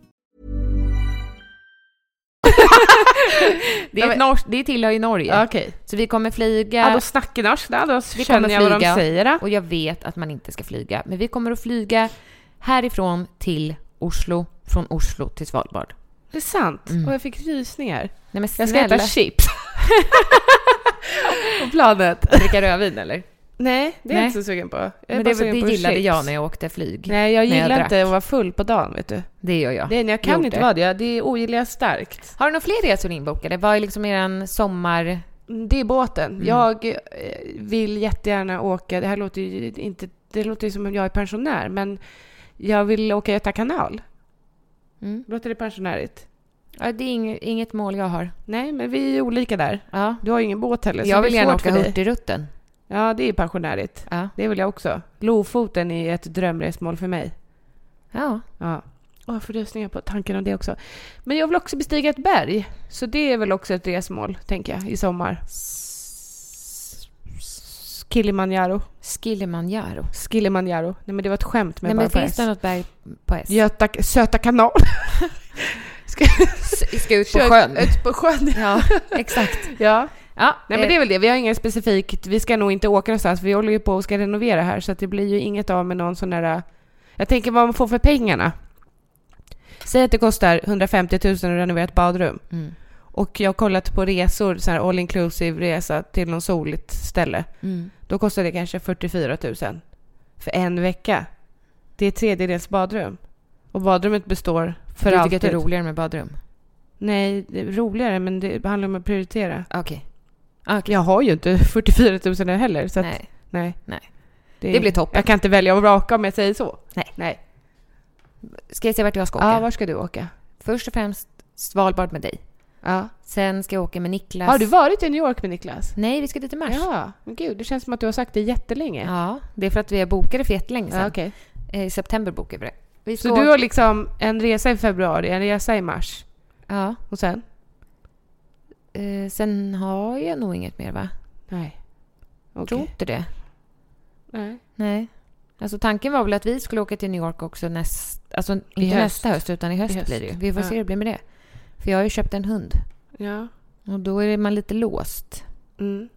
Det, är ett nors- det tillhör ju Norge.
Okej.
Så vi kommer flyga.
Ja, då snackar norsk där. Då
vi
känner jag vad de
flyga.
säger. Då.
Och jag vet att man inte ska flyga. Men vi kommer att flyga härifrån till Oslo. Från Oslo till Svalbard.
Det är sant. Och jag fick rysningar.
Nej men
Jag
snälla.
ska äta chips. På planet.
*laughs* dricka rödvin eller?
Nej, det är
Nej.
jag inte så sugen på. Jag är
Men
bara
det,
sugen
det
på
gillade
chips.
jag när jag åkte flyg.
Nej, jag
när
gillar
drack.
inte att vara full på dagen, vet du.
Det gör jag.
Det, är- jag kan
Gjorde.
inte vara det. Det ogillar jag starkt.
Har du några fler resor inbokade? Vad är liksom eran sommar...
Det är båten.
Mm.
Jag eh, vill jättegärna åka. Det här låter ju inte... Det låter ju som om jag är pensionär, men jag vill åka Göta kanal.
Mm.
Låter det pensionärigt?
Ja, det är ing, inget mål jag har.
Nej, men vi är olika där.
Ja.
Du har ju ingen båt heller, så
Jag
det
vill
är
gärna
svårt
åka
för dig.
Hurtigruten.
Ja, det är pensionärigt.
Ja.
Det vill jag också. Lofoten är ett drömresmål för mig.
ja.
Ja. Åh, jag får rysningar på tanken om det också. Men jag vill också bestiga ett berg. Så det är väl också ett resmål, tänker jag, i sommar. Kilimanjaro.
Skilimanjaro.
Skilimanjaro. Nej, men det var ett skämt med
Nej,
bara
men
på
finns
S.
det något berg på S?
Göta, Söta *laughs* kanal. Ska,
*laughs* ska ut
Kö- Ut på *laughs* sjön.
Ja, exakt.
Ja.
Ja,
Nej, men
eh,
det är väl det. Vi har inget specifikt. Vi ska nog inte åka någonstans. för Vi håller ju på och ska renovera här, så att det blir ju inget av med någon sån där... eh, Jag tänker vad man får för pengarna. Säg att det kostar 150 000 att renovera ett badrum.
Mm.
Och jag har kollat på resor, så här all inclusive resa till någon soligt ställe.
Mm.
Då kostar det kanske 44 000 för en vecka. Det är tredjedels badrum. Och badrummet består för
du tycker
alltid.
att det är roligare med badrum?
Nej, det är roligare, men det handlar om att prioritera.
Ah, Okej.
Jag har ju inte *laughs* 44 000 nu heller, så att, nej.
Nej.
nej.
Nej.
är-
Det blir toppen.
Jag kan inte välja och vraka om jag säger så.
Nej.
nej.
Ska jag säga Ah, vart jag ska åka?
Ja, var ska du åka?
Först och främst Svalbard med dig.
Ja.
Sen ska jag åka med Niklas.
Har du varit i New York med Niklas?
Nej, vi ska dit i mars.
Ja, men gud, det känns som att du har sagt det jättelänge.
Ja, det är för att vi bokade för jättelänge sedan.
Ja, okej.
Eh, I september bokade vi det. Vi
Så du har liksom en resa i februari, en resa i mars
Ja.
och sen?
Eh, sen har jag nog inget mer, va?
Nej.
Jag Tror
Okej.
inte det.
Nej.
Nej. Alltså tanken var väl att vi skulle åka till New York också näst... Alltså inte
höst.
nästa höst, utan i höst,
I höst.
blir det ju. Vi får
Ja.
se hur det blir med det. För jag har ju köpt en hund.
Ja.
Och då är man lite låst.
Mm.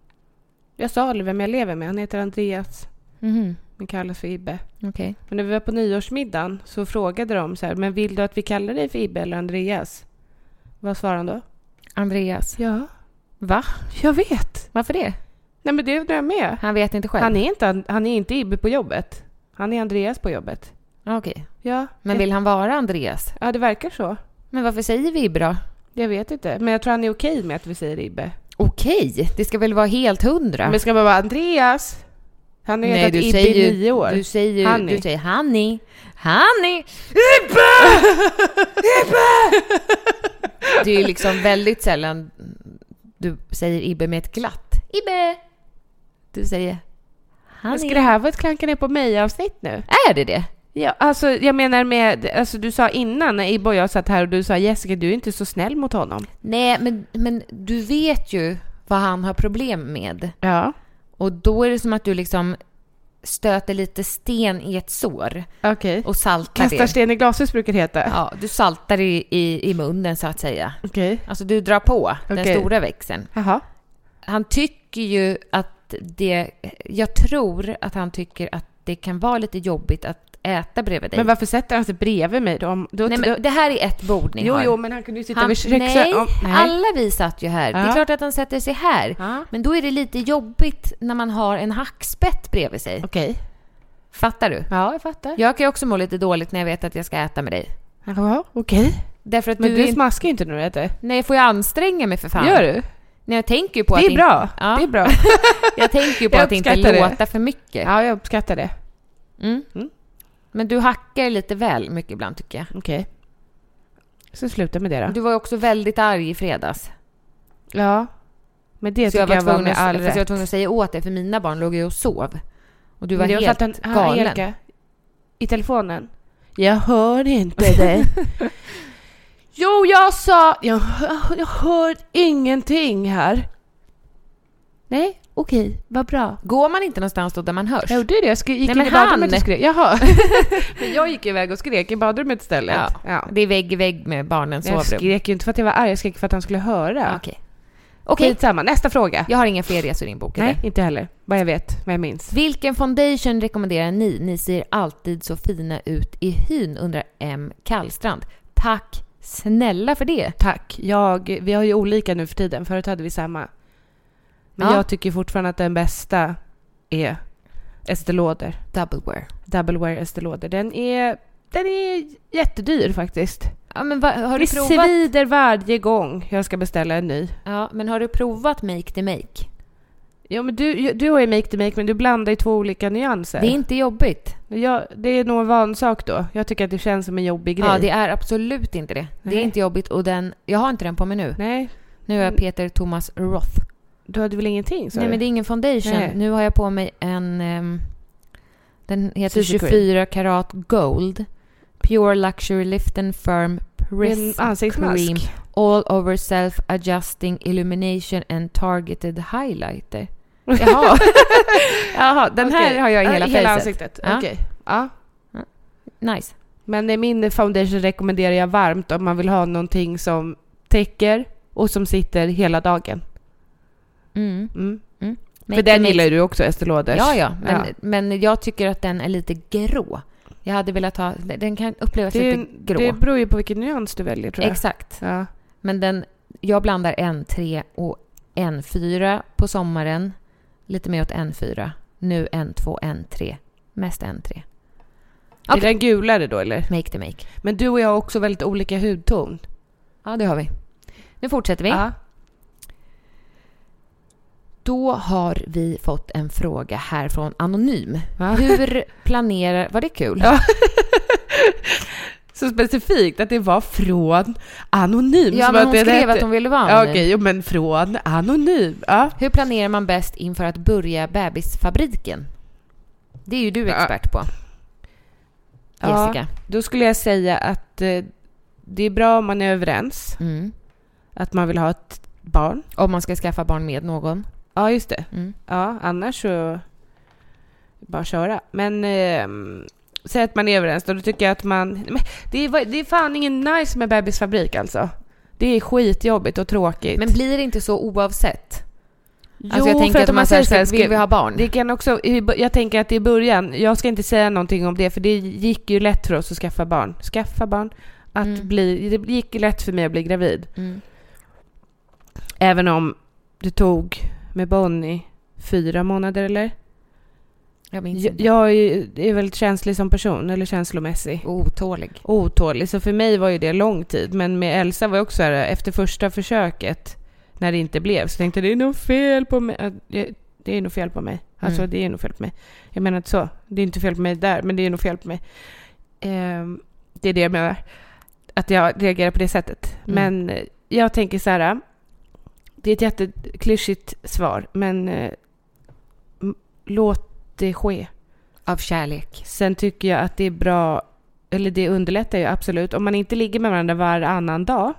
Jag sa aldrig vem jag lever med. Han heter Andreas,
Mhm.
men kallas för Ibbe.
Okej.
Men när vi var på nyårsmiddagen så frågade de så här, men vill du att vi kallar dig för Ibbe eller Andreas? Vad svarade han då?
Andreas.
Ja,
Va?
jag vet.
Varför det?
Nej men det undrar jag med.
Han vet inte själv?
Han är inte, han är inte Ibbe på jobbet. Han är Andreas på jobbet.
Okej.
Ja,
Men vill han vara Andreas?
ja det verkar så.
Men varför säger vi bra?
Jag vet inte. Men jag tror han är okej med att vi säger Ibbe.
Okej, det ska väl vara helt hundra?
Men ska man vara Andreas? Han har ju
Nej,
hetat
du
Ibbe
säger
i
ju...
nio år.
Du säger ju...
Hanni.
Du säger Hanni. Hanni! Det är ju liksom väldigt sällan du säger Ibbe med ett glatt Ibbe. Du säger Hanni.
Ska det här vara ett klanka ner på mig-avsnitt nu?
Är det det?
Ja, alltså jag menar med... Alltså du sa innan när Ibbe och jag satt här och du sa Jessica, du är inte så snäll mot honom.
Nej, men, men du vet ju vad han har problem med.
Ja.
Och då är det som att du liksom stöter lite sten i ett sår
Okej.
och saltar
Kastar
det.
sten i glashus brukar det heta.
Ja, du saltar i, i, i munnen så att säga.
Okej.
Alltså du drar på
Okej.
den stora växeln.
Jaha.
Han tycker ju att det... Jag tror att han tycker att det kan vara lite jobbigt att äta bredvid dig.
Men varför sätter han sig bredvid mig då? Om- då,
Nej,
då
men det här är ett bord ni
jo,
har.
jo, men han kunde ju sitta
Han,
vid köksön.
nej,
Ja,
alla vi satt ju här. Det är
Ja.
klart att han sätter sig här.
Ja.
Men då är det lite jobbigt när man har en hackspett bredvid sig.
Okej.
Fattar du?
Ja, jag fattar.
Jag kan ju också må lite dåligt när jag vet att jag ska äta med dig.
Ja, okej.
Därför att
Men
du,
du,
är inte...
smaskar ju inte nu, vet du.
Nej, jag får ju anstränga mig för fan.
Gör du?
Nej, jag tänker ju på att
Det är
inte-
bra.
Ja.
Det är *laughs* bra.
Jag tänker ju på
Jag
att inte
uppskattar det.
låta för mycket.
Ja, jag uppskattar det.
Mm. Men du hackar lite väl mycket ibland tycker jag.
Okej. Så sluta med det då.
Du var ju också väldigt arg i fredags.
Ja. Men det
Så
tycker
jag var,
alltså, jag var
tvungen
med
att,
all
fast jag var
rätt.
tvungen att säga åt dig för mina barn låg ju och sov. Och du var
Men det
helt
för att han-
galen.
Erika, I telefonen. Jag hör inte dig. *laughs* jo, jag sa... Jag hör, jag hör ingenting här. Nej, okej, vad bra.
Går man inte någonstans då där man hörs?
Jag gjorde det, jag skri- gick
Nej,
in
men
i badrummet
han!
och skrek. *laughs* Jaha. men jag gick iväg och skrek i badrummet istället.
Ja. Det är vägg i vägg med barnens
Jag
sovrum.
skrek ju inte för att jag var arg, jag skrek för att han skulle höra.
Okej. Okej,
Skitsamma, nästa fråga.
jag har inga fler resor i din bok.
Nej,
eller?
inte heller. Vad jag vet, vad jag minns.
Vilken foundation rekommenderar ni? Ni ser alltid så fina ut i hyn, undrar M. Kallstrand. Tack snälla för det.
Tack. Jag, vi har ju olika nu för tiden. Förut hade vi samma. Men
Ja.
jag tycker fortfarande att den bästa är Estée Lauder.
Double wear.
Double Wear Estée Lauder. Den är, den är jättedyr faktiskt.
Ja, men vad- har du
Det
provat?
svider varje gång jag ska beställa en ny.
Ja, men har du provat make the make?
Ja, men du, du har ju Make the Make, men du blandar ju två olika nyanser.
Det är inte jobbigt.
jag, det är nog en vansak då. Jag tycker att det känns som en jobbig grej.
Ja, det är absolut inte det. Det är
Nej.
inte jobbigt och den, jag har inte den på mig nu.
Nej,
Nu är jag Peter Thomas Roth.
du hade väl ingenting? sa
Nej,
du? *laughs*
men det är ingen foundation.
Nej.
Nu har jag på mig en... ehm, den heter
Suzy Cream.
24 karat gold. Pure Luxury Lift and Firm
en
Prism
ansiktsmask.
Cream. All over self adjusting illumination and targeted highlighter.
*laughs*
Jaha. Jaha, den här
Okej.
har jag i
Ja,
hela,
hela
facet.
ansiktet.
Ja.
Okej. Ja.
Nice.
Men eh, min foundation rekommenderar jag varmt om man vill ha någonting som täcker och som sitter hela dagen.
Mm.
Mm.
Make
För
the
den
make.
gillar ju du också, Estée Lauders.
Ja, ja. Men,
Ja.
men jag tycker att den är lite grå. Jag hade velat ha... Den kan upplevas
Det, är-
lite grå.
det beror ju på vilken nyans du väljer tror jag.
Exakt.
Ja.
Men den, jag blandar en 3 och en 4 på sommaren. Lite mer åt en 4. Nu en 2, en 3. Mest en 3. Okej.
Är den gulare då eller?
Make the make.
Men du och jag har också väldigt olika hudton.
Ja, det har vi. Nu fortsätter vi.
Ja.
Då har vi fått en fråga här från Anonym.
Ja.
Hur planerar... Var det kul?
*laughs* Ja. Så specifikt att det var från anonym.
Ja,
som
men hon
det
skrev
hette-
att hon ville vara
Ja,
anonym.
Okej, jo, men från anonym. Ja.
Hur planerar man bäst inför att börja bebisfabriken? Det är ju du expert på, Jessica.
Då skulle jag säga att eh, det är bra om man är överens,
Mm.
att man vill ha ett barn.
Om man ska skaffa barn med någon.
Ja, just det.
Mm.
Ja, annars så bara köra. Men eh, säg att man är överens då, då tycker jag att man... Men det, är, det är fan ingen nice med bebisfabrik alltså. Det är skitjobbigt och tråkigt.
Men blir det inte så oavsett?
jo,
Alltså jag tänker att om man säger så här, vill vi ha barn?
Det kan också, jag tänker att i början, jag ska inte säga någonting om det för det gick ju lätt för oss att skaffa barn. Skaffa barn. Att
Mm.
bli, det gick ju lätt för mig att bli gravid.
Mm.
Även om det tog med Bonnie fyra månader eller?
Jag minns
Jag,
inte.
jag är, ju- är väldigt känslig som person, eller känslomässig.
Otålig.
Otålig, så för mig var ju det lång tid. Men med Elsa var jag också så här, efter första försöket, när det inte blev, så tänkte jag det är nog fel på mig. Äh, det- Det är nog fel på mig. Alltså
Mm.
det är nog fel på mig. Jag menar inte så. Det är inte fel på mig där, men det är nog fel på mig. Ehm, det är det jag menar. Att jag reagerar på det sättet.
Mm.
Men eh, jag tänker så här. eh, Det är ett jätteklyschigt svar, men eh, m- låt det ske.
Av kärlek.
Sen tycker jag att det är bra, eller det underlättar ju absolut. Om man inte ligger med varandra varannan dag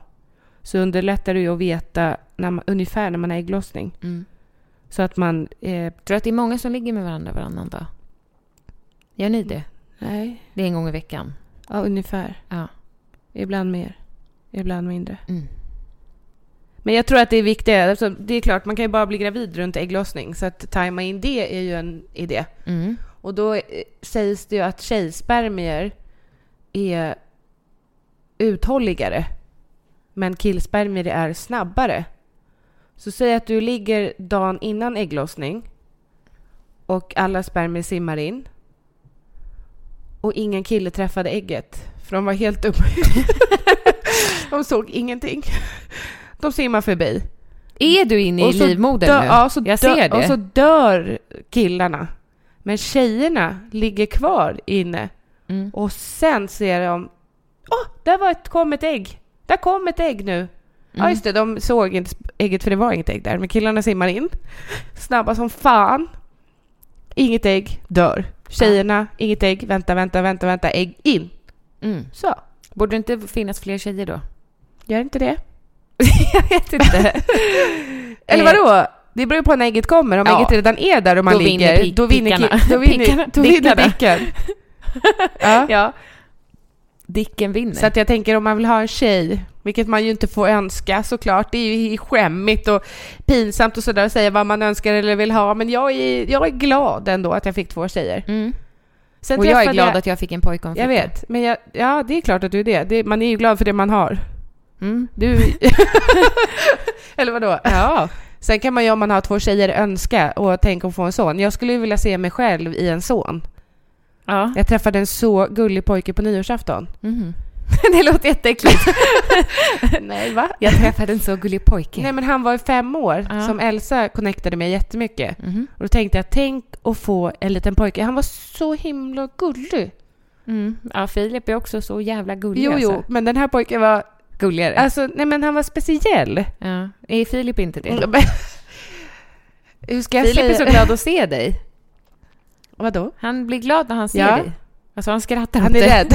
så underlättar det ju att veta när man, ungefär när man har ägglossning.
Mm.
Så att man... Eh,
Tror du att det är många som ligger med varandra varannan dag? Gör ni det?
nej,
Det är en gång i veckan?
ja ungefär.
Ja.
Ibland mer, ibland mindre.
Mm.
Men jag tror att det är viktigt. Alltså, det är klart, man kan ju bara bli gravid runt ägglossning. Så att tajma in det är ju en idé.
Mm.
Och då eh, sägs det ju att tjejspermier är uthålligare. Men killspermier är snabbare. Så säg att du ligger dagen innan ägglossning och alla spermier simmar in. Och ingen kille träffade ägget, för de var helt dumma i huvudet. *laughs* De såg ingenting. De simmar förbi.
Är du inne i
Och så
livmodern
dö-
nu?
Ja, så
jag
dö-
ser det.
Och så dör killarna. Men tjejerna ligger kvar inne.
Mm.
Och sen ser de, åh, där var ett, kom ett ägg. Där kom ett ägg nu.
Mm.
Ja, just det, de såg inte sp- ägget för det var inget ägg där. Men killarna simmar in, *laughs* snabba som fan. Inget ägg, dör. Tjejerna, inget ägg, vänta, vänta, vänta, vänta, ägg in.
Mm.
Så,
Borde det inte finnas fler tjejer då?
gör inte det.
*laughs* jag vet inte.
Eller vadå? Det beror ju på när ägget kommer. Om
Ja.
ägget redan är där och man
Då vinner
ligger,
pi-
då vinner
pickarna. *laughs*
ki- Då vinner,
Pickarna.
då vinner
Dickarna.
dicken.
*laughs*
ja.
*laughs* ja. Dicken vinner.
Så att jag tänker om man vill ha en tjej, vilket man ju inte får önska såklart, det är ju skämmigt och pinsamt och sådär att säga vad man önskar eller vill ha, men jag är, jag är glad ändå att jag fick två tjejer.
mm.
Sen
Och jag är
träffade
glad att jag fick en pojke och en
Jag
flicka.
vet, men jag, ja det är klart att du är det. det. Man är ju glad för det man har.
Mm. *laughs*
Du... eller vadå? Ja. Sen kan man ju om man har två tjejer önska och tänka att få en son. Jag skulle ju vilja se mig själv i en son.
Ja.
Jag träffade en så gullig pojke på nyårsafton. *laughs*
Mhm. det låter *laughs* jätteäckligt.
Nej, va?
jag träffade en så gullig pojke.
Nej, men han var ju fem år
Ja.
som Elsa connectade med jättemycket.
Mhm.
Och då tänkte jag, tänk att få en liten pojke. Han var så himla gullig.
Mm. Ja, Filip är också så jävla gullig
Jo, jo,
Alltså.
men den här pojken var...
Gulligare.
Alltså, nej men han var speciell.
ja. Är Filip inte det?
Mm, men- *laughs* Hur ska jag
Filip
säga?
är så glad att se dig.
Vadå?
Han blir glad när han ser
Ja.
dig. Alltså han skrattar
Han
åt
är *laughs*
dig.
rädd.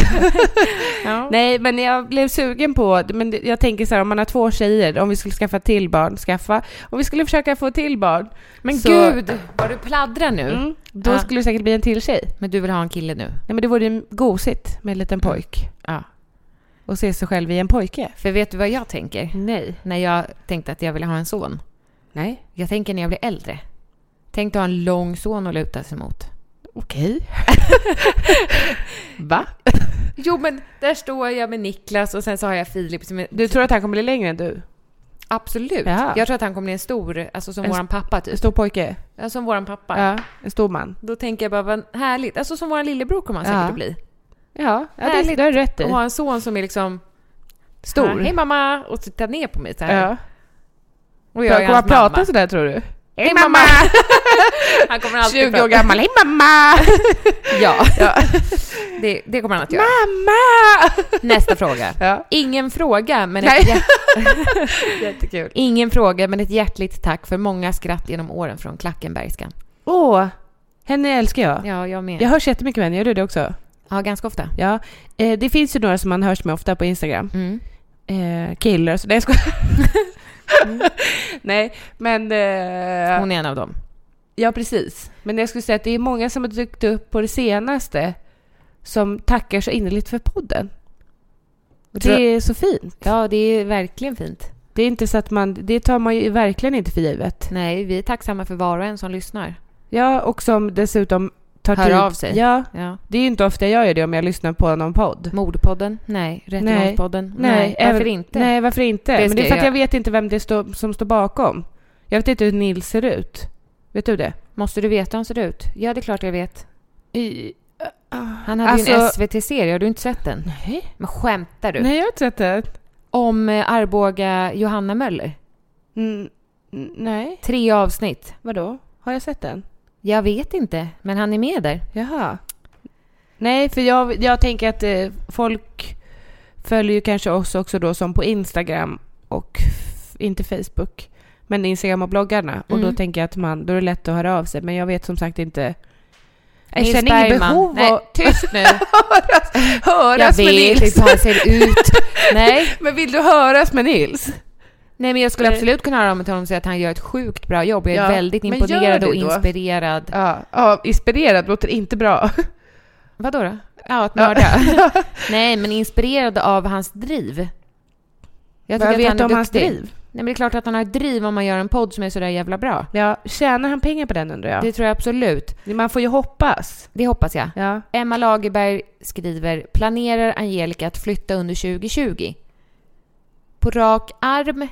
Ja.
Nej, men jag blev sugen på, men det- jag tänker så här om man har två tjejer, om vi skulle skaffa till barn, skaffa, om vi skulle försöka få till barn,
Men
Så-
gud, vad du pladdrar nu.
mm, då
Ja.
skulle det säkert bli en till tjej.
Men du vill ha en kille nu?
Nej men det vore ju gosigt med en liten pojk
Ja.
och se sig själv i en pojke.
För vet du vad jag tänker?
Nej.
När jag tänkte att jag ville ha en son.
Nej.
Jag tänker när jag blir äldre. Tänk att ha en lång son att luta sig mot.
Okej. *laughs* Va?
Jo, men där står jag med Niklas och sen så har jag Filip som är...
Du tror att han kommer bli längre än du?
Absolut.
Ja.
Jag tror att han kommer bli en stor, alltså som
En
våran pappa
En
typ.
stor pojke?
Ja, som våran pappa.
Ja. En stor man?
Då tänker jag bara, vad härligt. Alltså som våran lillebror kommer han
Ja.
säkert att bli.
Ja, ja det,
Härligt.
det har du rätt i.
Och ha en son som är liksom...
Stor.
Hej mamma! Och tittar ner på mig så här.
Ja.
Och
Jag kommer
hans
att prata
mamma.
sådär tror du?
Hej mamma! Han kommer alltid
20 år
prata.
gammal, hej
*laughs*
mamma!
Ja.
*laughs*
Det, det kommer han att göra.
Mamma!
Nästa fråga.
Ja.
Ingen fråga, men
Nej.
ett hjärt...
*laughs* Jättekul.
Ingen fråga, men ett hjärtligt tack för många skratt genom åren från Klackenbergskan.
Åh, henne älskar jag.
Ja, jag med.
Jag hörs jättemycket med henne, gör du det också?
Ja, ganska ofta.
Ja. Eh, det finns ju några som man hörs med ofta på Instagram.
Mm.
Eh, killar och så, nej jag skojar.
*laughs*
Nej, men... Eh,
Hon är en av dem.
Ja, precis. Men jag skulle säga att det är många som har dykt upp på det senaste som tackar så innerligt för podden. Och
Tror-
det är så fint.
Ja, det är verkligen fint.
Det är inte så att man... Det tar man ju verkligen inte för givet.
Nej, vi är tacksamma för var och en som lyssnar.
Ja, och som dessutom tar
Hör
tid.
av sig.
Ja,
Ja.
det är ju inte ofta jag gör det om jag lyssnar på någon podd.
Mordpodden? Nej. Rättegångspodden? Nej. Varför
även-
inte?
Nej, varför inte?
Det
Men
ska
det är för
jag
att jag
göra.
vet inte vem det står, som står bakom. Jag vet inte hur Nils ser ut. Vet du det?
Måste du veta hur han ser ut? Ja, det är klart jag vet. Han hade ju en
Ah, Alltså-
SVT-serie, har du inte sett den?
Nej.
Men skämtar du?
Nej, jag har inte sett det.
Om eh, Arboga Johanna Möller.
Mm, n- nej,
Tre avsnitt.
vadå? Har jag sett den?
Jag vet inte, men han är med där.
Jaha. Nej, för jag, jag tänker att eh, folk följer ju kanske oss också då som på Instagram och f- inte Facebook, men Instagram och bloggarna. Och då
Mm.
tänker jag att man, då är det lätt att höra av sig. Men jag vet som sagt inte. Jag
Nils
känner inget
Bergman.
behov
Nej,
av
tyst nu.
*laughs* höras,
jag
höras med
vet
Nils.
inte hur han
*laughs*
ser ut. Nej.
Men vill du höras med Nils?
Nej, men jag skulle
Nej.
absolut kunna höra om till honom och säga att han gör ett sjukt bra jobb. Jag är
Ja,
väldigt
men gör
imponerad
det
och
då.
inspirerad.
Ja, ja inspirerad låter inte bra.
Vadå då? Ja, att mörda.
*laughs*
Nej, men inspirerad av hans driv. Jag tycker
Vad
att
vet
han
du
är
om hans
duktig.
driv?
Nej, men det är klart att han har ett driv om man gör en podd som är sådär jävla bra.
*laughs* Ja, tjänar han pengar på den undrar jag?
Det tror jag absolut.
Man får ju hoppas.
Det hoppas jag.
Ja.
Emma Lagerberg skriver, planerar Angelica att flytta under 2020? På rak arm?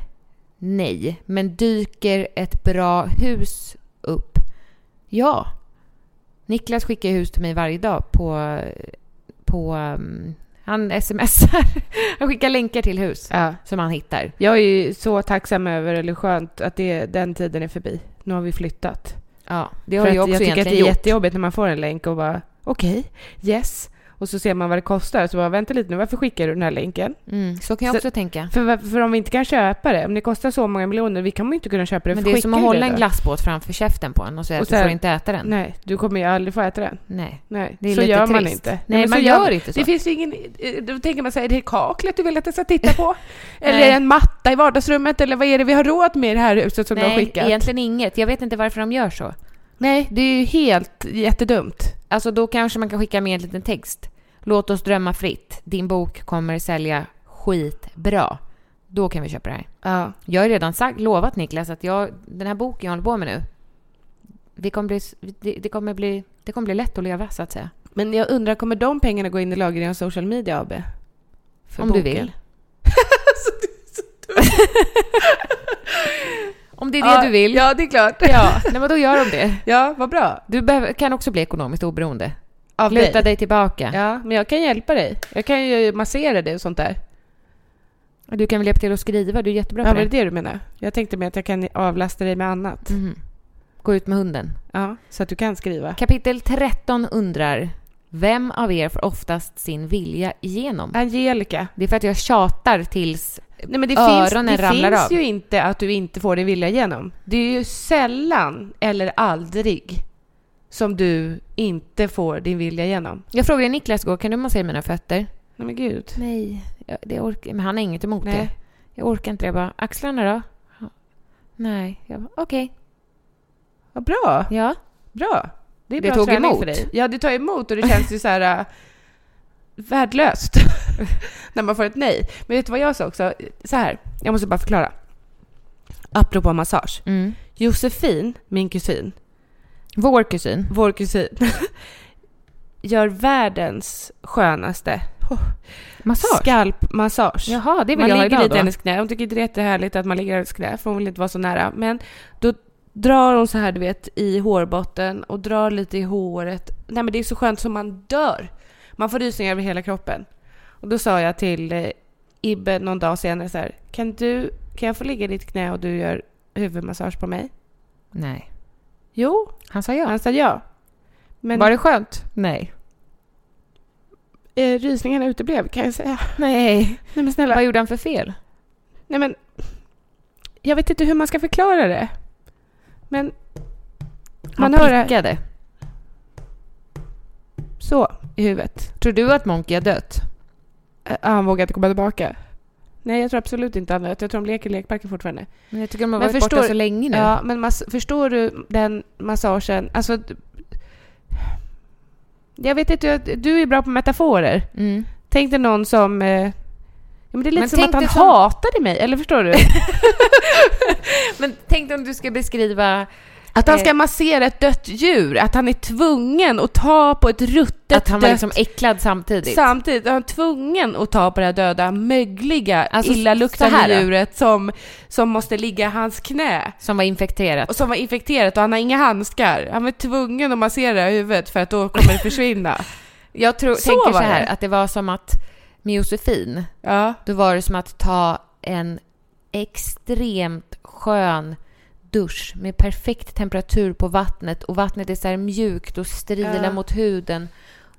Nej, men dyker ett bra hus upp? Ja. Niklas skickar hus till mig varje dag på... på um, han smsar. *laughs* Han skickar länkar till hus
ja.
som han hittar.
Jag är ju så tacksam över, eller skönt, att det, den tiden är förbi. Nu har vi flyttat.
Ja, det har
För
jag
att jag
också
tycker att
egentligen
det är
gjort.
jättejobbigt när man får en länk och bara okej, yes. Och så ser man vad det kostar och så bara vänta lite nu, varför skickar du den här länken?
Mm, så kan jag
Så-
också tänka.
För, varför- för om vi inte kan köpa det, om det kostar så många miljoner, vi kommer ju inte kunna köpa det.
Men
för
det är som
skickar
att
du
hålla
det
en
då?
glassbåt framför käften på en och säga
Och
att du får
sen-
inte äta den.
Nej, du kommer ju aldrig få äta den.
Nej.
Nej,
Det är
så
lite
gör man
trist.
inte.
Nej,
men
man
så
gör inte så.
Det finns ju ingen, eh, då tänker man så här, är det kaklet du vill att jag ska titta
*laughs*
på? eller
Nej.
är det en matta i vardagsrummet? Eller vad är det vi har råd med i det här huset som de har
Nej,
skickat?
egentligen inget. Jag vet inte varför de gör så.
Nej, det är ju helt jättedumt.
Alltså då kanske man kan skicka med en liten text. Låt oss drömma fritt. Din bok kommer sälja skitbra. Då kan vi köpa det här.
Ja.
Jag har redan sagt, lovat Niklas att jag, den här boken jag håller på med nu, vi kommer bli, s- det, det, kommer bli, det kommer bli lätt att leva så att säga.
Men jag undrar, kommer de pengarna gå in i lagringen av Social Media AB? För
om du
boken?
*laughs* vill.
*laughs*
om det är det
Ja,
du vill.
Ja, det är klart.
ja. Nej, men då gör de det.
ja vad bra.
Du behöver, kan också bli ekonomiskt oberoende.
Av
Luta
dig.
dig tillbaka.
Ja, men jag kan hjälpa dig. Jag kan ju massera dig och sånt där.
Du kan väl hjälpa till att skriva? Du är jättebra
Ja,
på
var det
det.
det du menar? Jag tänkte med att jag kan avlasta dig med annat.
Mhm. Gå ut med hunden.
Ja, så att du kan skriva.
Kapitel 13 undrar Vem av er får oftast sin vilja igenom?
Angelica.
Det är för att jag tjatar tills...
Nej, men det
Öronen
finns, det
ramlar
finns
av.
ju inte att du inte får din vilja igenom. Det är ju sällan eller aldrig som du inte får din vilja igenom.
Jag frågade Niklas igår, kan du massera mina fötter?
Nej men gud.
Nej, jag, det orkar, men han har inget emot
Nej.
det. Jag orkar inte det. Jag bara, axlarna då? Ja. Nej, jag bara, okej.
Vad bra.
Ja.
Bra. Det är
Det
bra
tog
träning
emot.
för dig. Ja, det tar emot och det känns ju så här äh, värdelöst *laughs* när man får ett nej. Men vet du vad jag sa också? Så här, jag måste bara förklara. Apropå massage.
Mm.
Josefin, min kusin,
Vår kusin.
vår kusin, *laughs* gör världens skönaste
Massage.
skalpmassage.
Jaha, det vill
man
jag ha
ligger
idag
lite i
då.
hennes knä. Hon tycker inte det är jättehärligt att man ligger i hennes knä för hon vill inte vara så nära. Men då drar hon så här du vet i hårbotten och drar lite i håret. Nej men det är så skönt som man dör. Man får rysningar över hela kroppen. Och då sa jag till eh, Ibbe någon dag senare så här. Kan, du, kan jag få ligga i ditt knä och du gör huvudmassage på mig?
Nej.
Jo,
Han sa ja.
han sa ja. Men
Var det skönt? Nej.
eh, rysningarna uteblev kan jag säga.
Nej.
Nej men snälla.
Vad gjorde han för fel?
Nej men, jag vet inte hur man ska förklara det. Men
Han
man hör det
pickade.
så i huvudet.
Tror du att Monkey har dött?
Äh,
ah,
Han vågar inte komma tillbaka. Nej, jag tror absolut inte han vet. Jag tror de leker i lekparken fortfarande.
Men jag tycker de har
Men
varit borta
förstår-
så länge nu.
Ja, men mass- förstår du den massagen? Alltså, d- jag vet inte, jag- du är bra på metaforer.
Mm.
Tänk dig någon som... eh, Ja, men det är lite
Men
som
tänk
att han
dig som-
hatade mig, eller förstår du?
*laughs* Men tänk om du ska beskriva
Att han
Eh.
ska massera ett dött djur, att han är tvungen att ta på ett ruttet
att han var
dött
liksom äcklad samtidigt.
Samtidigt är han tvungen att ta på det här döda, mögliga,
Alltså, så här
illaluktande
då?
djuret som, som måste ligga i hans knä.
som var infekterat.
Och som var infekterat och han har inga handskar. Han var tvungen att massera det här huvudet för att då kommer det *laughs* försvinna.
Jag tror,
Så
tänker så
var
här,
det.
att det var som att med Josefin,
Ja.
då var det som att ta en extremt skön dusch med perfekt temperatur på vattnet och vattnet är så här mjukt och strilar
Ja.
mot huden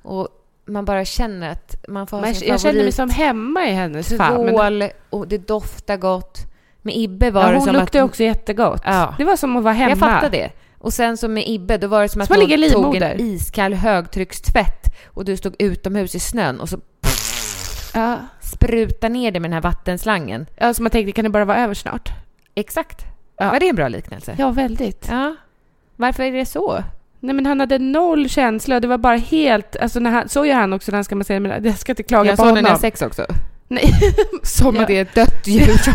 och man bara känner att man får ha
Men
sin
jag kände mig
favorit
som hemma i hennes fall. Men,
tvål och det doftar gott. Med Ibbe var
ja,
det
hon
som
luktade
att...
också jättegott.
Ja.
Det var som att vara hemma.
Jag fattar det. Och sen som med Ibbe, då var det som att
Som att
någon
ligga i
tog en
livmoder.
iskall högtryckstvätt och du stod utomhus i snön och så
Ja.
spruta ner det med den här vattenslangen.
Ja, som man tänkte, kan det bara vara över snart?
Exakt.
Ja.
Var det en bra liknelse?
Ja, väldigt.
Ja. Varför är det så?
Nej men han hade noll känsla och det var bara helt, alltså när han, så gör han också när han ska massera mina, jag ska inte klaga
jag
på
såg den
honom.
här sex också.
Nej. *laughs*
Som att det är ett dött djur som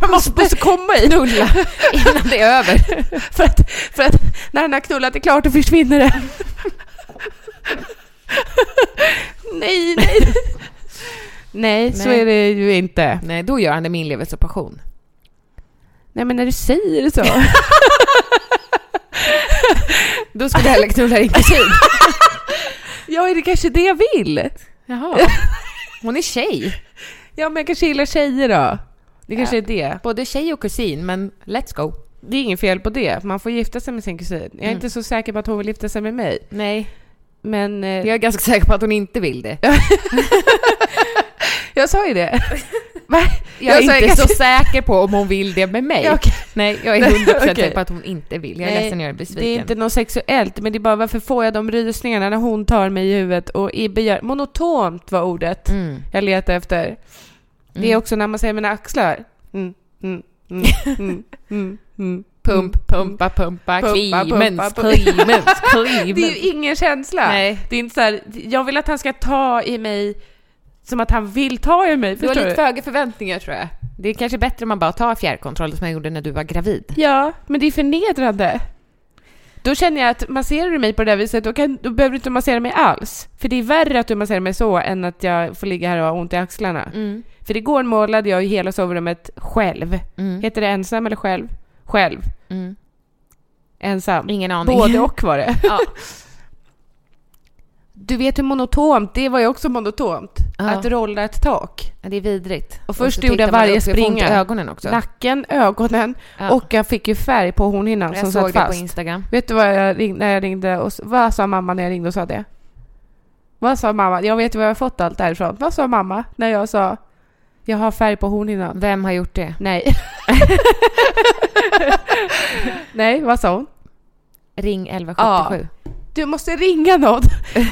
Man måste komma i.
knullar innan det är över.
*laughs* För att, för att när den har knullat är klart, då försvinner det. *laughs* nej, nej. Nej, så
Nej.
är det ju inte.
Nej, då gör han det med inlevelse och passion.
Nej, men när du säger det så.
*laughs* Då ska du heller knulla din kusin.
*laughs* ja, är det kanske det jag vill?
Jaha. Hon är tjej.
Ja, men jag kanske gillar tjejer då. Det kanske
Ja.
är det.
Både tjej och kusin, men let's go. Mm.
Det är inget fel på det. Man får gifta sig med sin kusin. Jag är inte så säker på att hon vill gifta sig med mig.
Nej,
Men eh,
jag är ganska säker på att hon inte vill det. Jag,
*laughs* jag sa ju det. Va?
är
sa
inte
kanske-
så säker på om hon vill det med mig.
Ja, okej.
Nej, jag är
Nej,
100%
okej.
säker på att hon inte vill. Jag är
Nej,
ledsen att göra dig besviken.
Det är inte något sexuellt, men det är bara varför får jag de rysningarna när hon tar mig i huvudet och Ibbe gör... Monotont var ordet
Mm.
jag letar efter. Det är
Mm.
också när man säger mina axlar. Mm, mm, mm,
*laughs*
mm, mm, mm.
Pump, pumpa,
Pumpa,
pumpa, Clemens,
pumpa, pumpa.
Clemens,
*laughs* Det är
Clemens.
ju ingen känsla.
Nej.
Det är inte så här, jag vill att han ska ta i mig som att han vill ta i mig.
Du
Förstår
har lite
du?
för höga förväntningar tror jag. Det är kanske bättre om man bara tar fjärrkontroll som jag gjorde när du var gravid.
Ja, men det är förnedrande. Då känner jag att masserar du mig på det där viset, då, kan, då behöver du inte massera mig alls. För det är värre att du masserar mig så än att jag får ligga här och ha ont i axlarna.
Mm.
För igår målade jag ju hela sovrummet själv. Heter det ensam eller själv? Själv.
Mm.
Ensam.
Ingen aning.
Både och var det.
*laughs* Ja.
Du vet hur monotont, det var ju också monotont.
Ja.
Att rolla ett tak.
Ja, Det är vidrigt.
Och först
så
gjorde
tittar
jag
man
varje
upp, jag får ont i
springa.
ögonen också.
Nacken, ögonen
Ja.
och jag fick ju färg på hornhinnan som
jag såg
satt
det på
fast.
Instagram.
Vet du vad jag ringde, när jag ringde och, s- vad sa mamma när jag ringde och sa det? Vad sa mamma? Jag vet ju var jag har fått allt därifrån. Vad sa mamma när jag sa jag har färg på hornhinnan?
Vem har gjort det?
*laughs* Nej. Nej, vad sa hon?
Ring 1177.
Du måste ringa någon.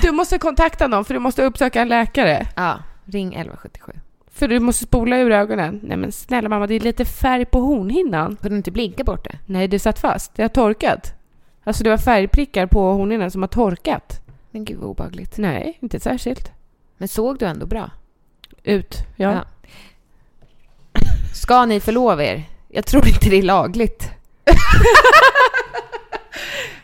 Du måste kontakta någon för du måste uppsöka en läkare.
Ja, ring 1177.
För du måste spola ur ögonen. Nej men snälla mamma, det är lite färg på hornhinnan.
Kunde du inte blinka bort det?
Nej, det satt fast. Det har torkat. Alltså det var färgprickar på hornhinnan som har torkat.
Men gud vad obehagligt.
Nej, inte särskilt.
Men såg du ändå bra?
Ut, ja.
Ja. Ska ni förlova er? Jag tror inte det är lagligt.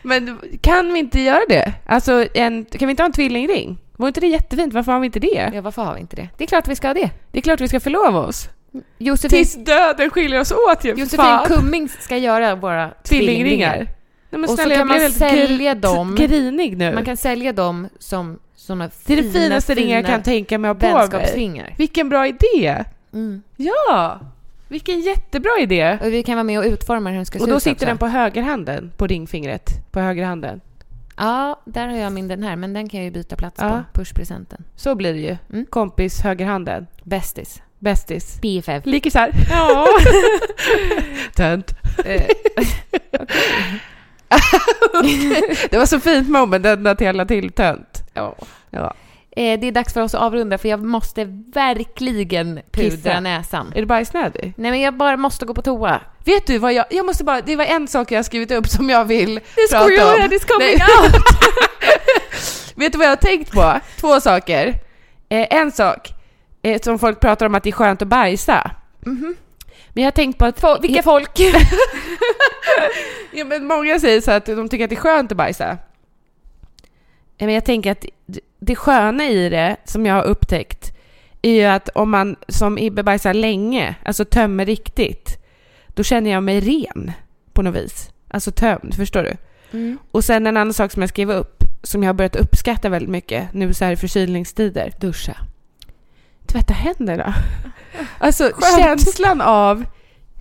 Men kan vi inte göra det? Alltså, en, kan vi inte ha en tvillingring? Vore inte det jättefint? Varför har vi inte det?
Ja, varför har vi inte det? Det är klart vi ska ha det.
Det är klart vi ska förlova oss.
Josefin,
Tills döden skiljer oss åt ju! för
Josefin
fan.
Cummings ska göra våra
Tvillingringar.
tvillingringar.
Nej, men
Och så
snälla, jag
kan man
blev helt
sälja
gr-
dem.
grinig nu.
Man kan sälja dem som såna
det är
fina,
det finaste ringar jag
fina
kan tänka mig att ha på mig.
vänskapsringar.
Vilken bra idé!
Mm.
Ja! Vilken jättebra idé!
Och vi kan vara med och utforma hur den ska se
Och
ut
då sitter
också.
den på högerhanden, på ringfingret. På högerhanden.
Ja, där har jag min den här, men den kan jag ju byta plats
Ja.
på. Pushpresenten.
Så blir det ju.
Mm.
Kompis, högerhanden.
Bästis.
Bästis.
BFF.
Likisar. Ja. *laughs* Eh. Tönt. *laughs* Det var så fint moment, ända till alla till tönt. Ja.
Eh, det är dags för oss att avrunda för jag måste verkligen pudra
Kissa.
näsan.
Är du bajsnödig?
Nej men jag bara måste gå på toa.
Vet du vad jag, jag måste bara, det var en sak jag har skrivit upp som jag vill prata om.
squirrel is coming *laughs*
Vet du vad jag har tänkt på? Två saker. Eh, en sak eh, som folk pratar om att det är skönt att bajsa. Men jag har tänkt på att... Mm-hmm. vilka folk? *laughs* ja, men många säger så att de tycker att det är skönt att bajsa. Eh, Men jag tänker att det- det sköna i det, som jag har upptäckt, är ju att om man som Ibbe bajsar länge, alltså tömmer riktigt, då känner jag mig ren på något vis. Alltså tömd, förstår du? Och sen en annan sak som jag skrev upp, som jag har börjat uppskatta väldigt mycket nu så här i förkylningstider. Duscha. Tvätta *laughs* händerna. Alltså känslan av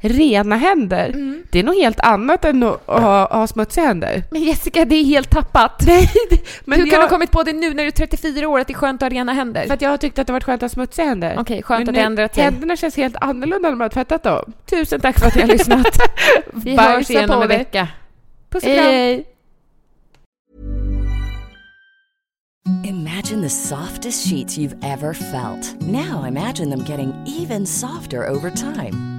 rena händer, det är nog helt annat än att ha, ha smutsiga händer.
Men Jessica, det är helt tappat.
Nej, det, men
Hur kan
jag,
du ha kommit på det nu när du är 34 år att det är skönt att ha rena händer?
För att jag har tyckt att det har varit skönt att ha smutsiga händer.
Okej, skönt
Men
att det
nu-
ändrat sig.
Händerna känns helt annorlunda när man har tvättat dem. Tusen tack för att ni har lyssnat.
*laughs* Vi hörs
Bajsa
igen om
på
en
dig.
vecka.
Puss och
Hej,
kram.
hej.
Imagine the softest sheets you've ever felt. Now imagine them getting even softer over time.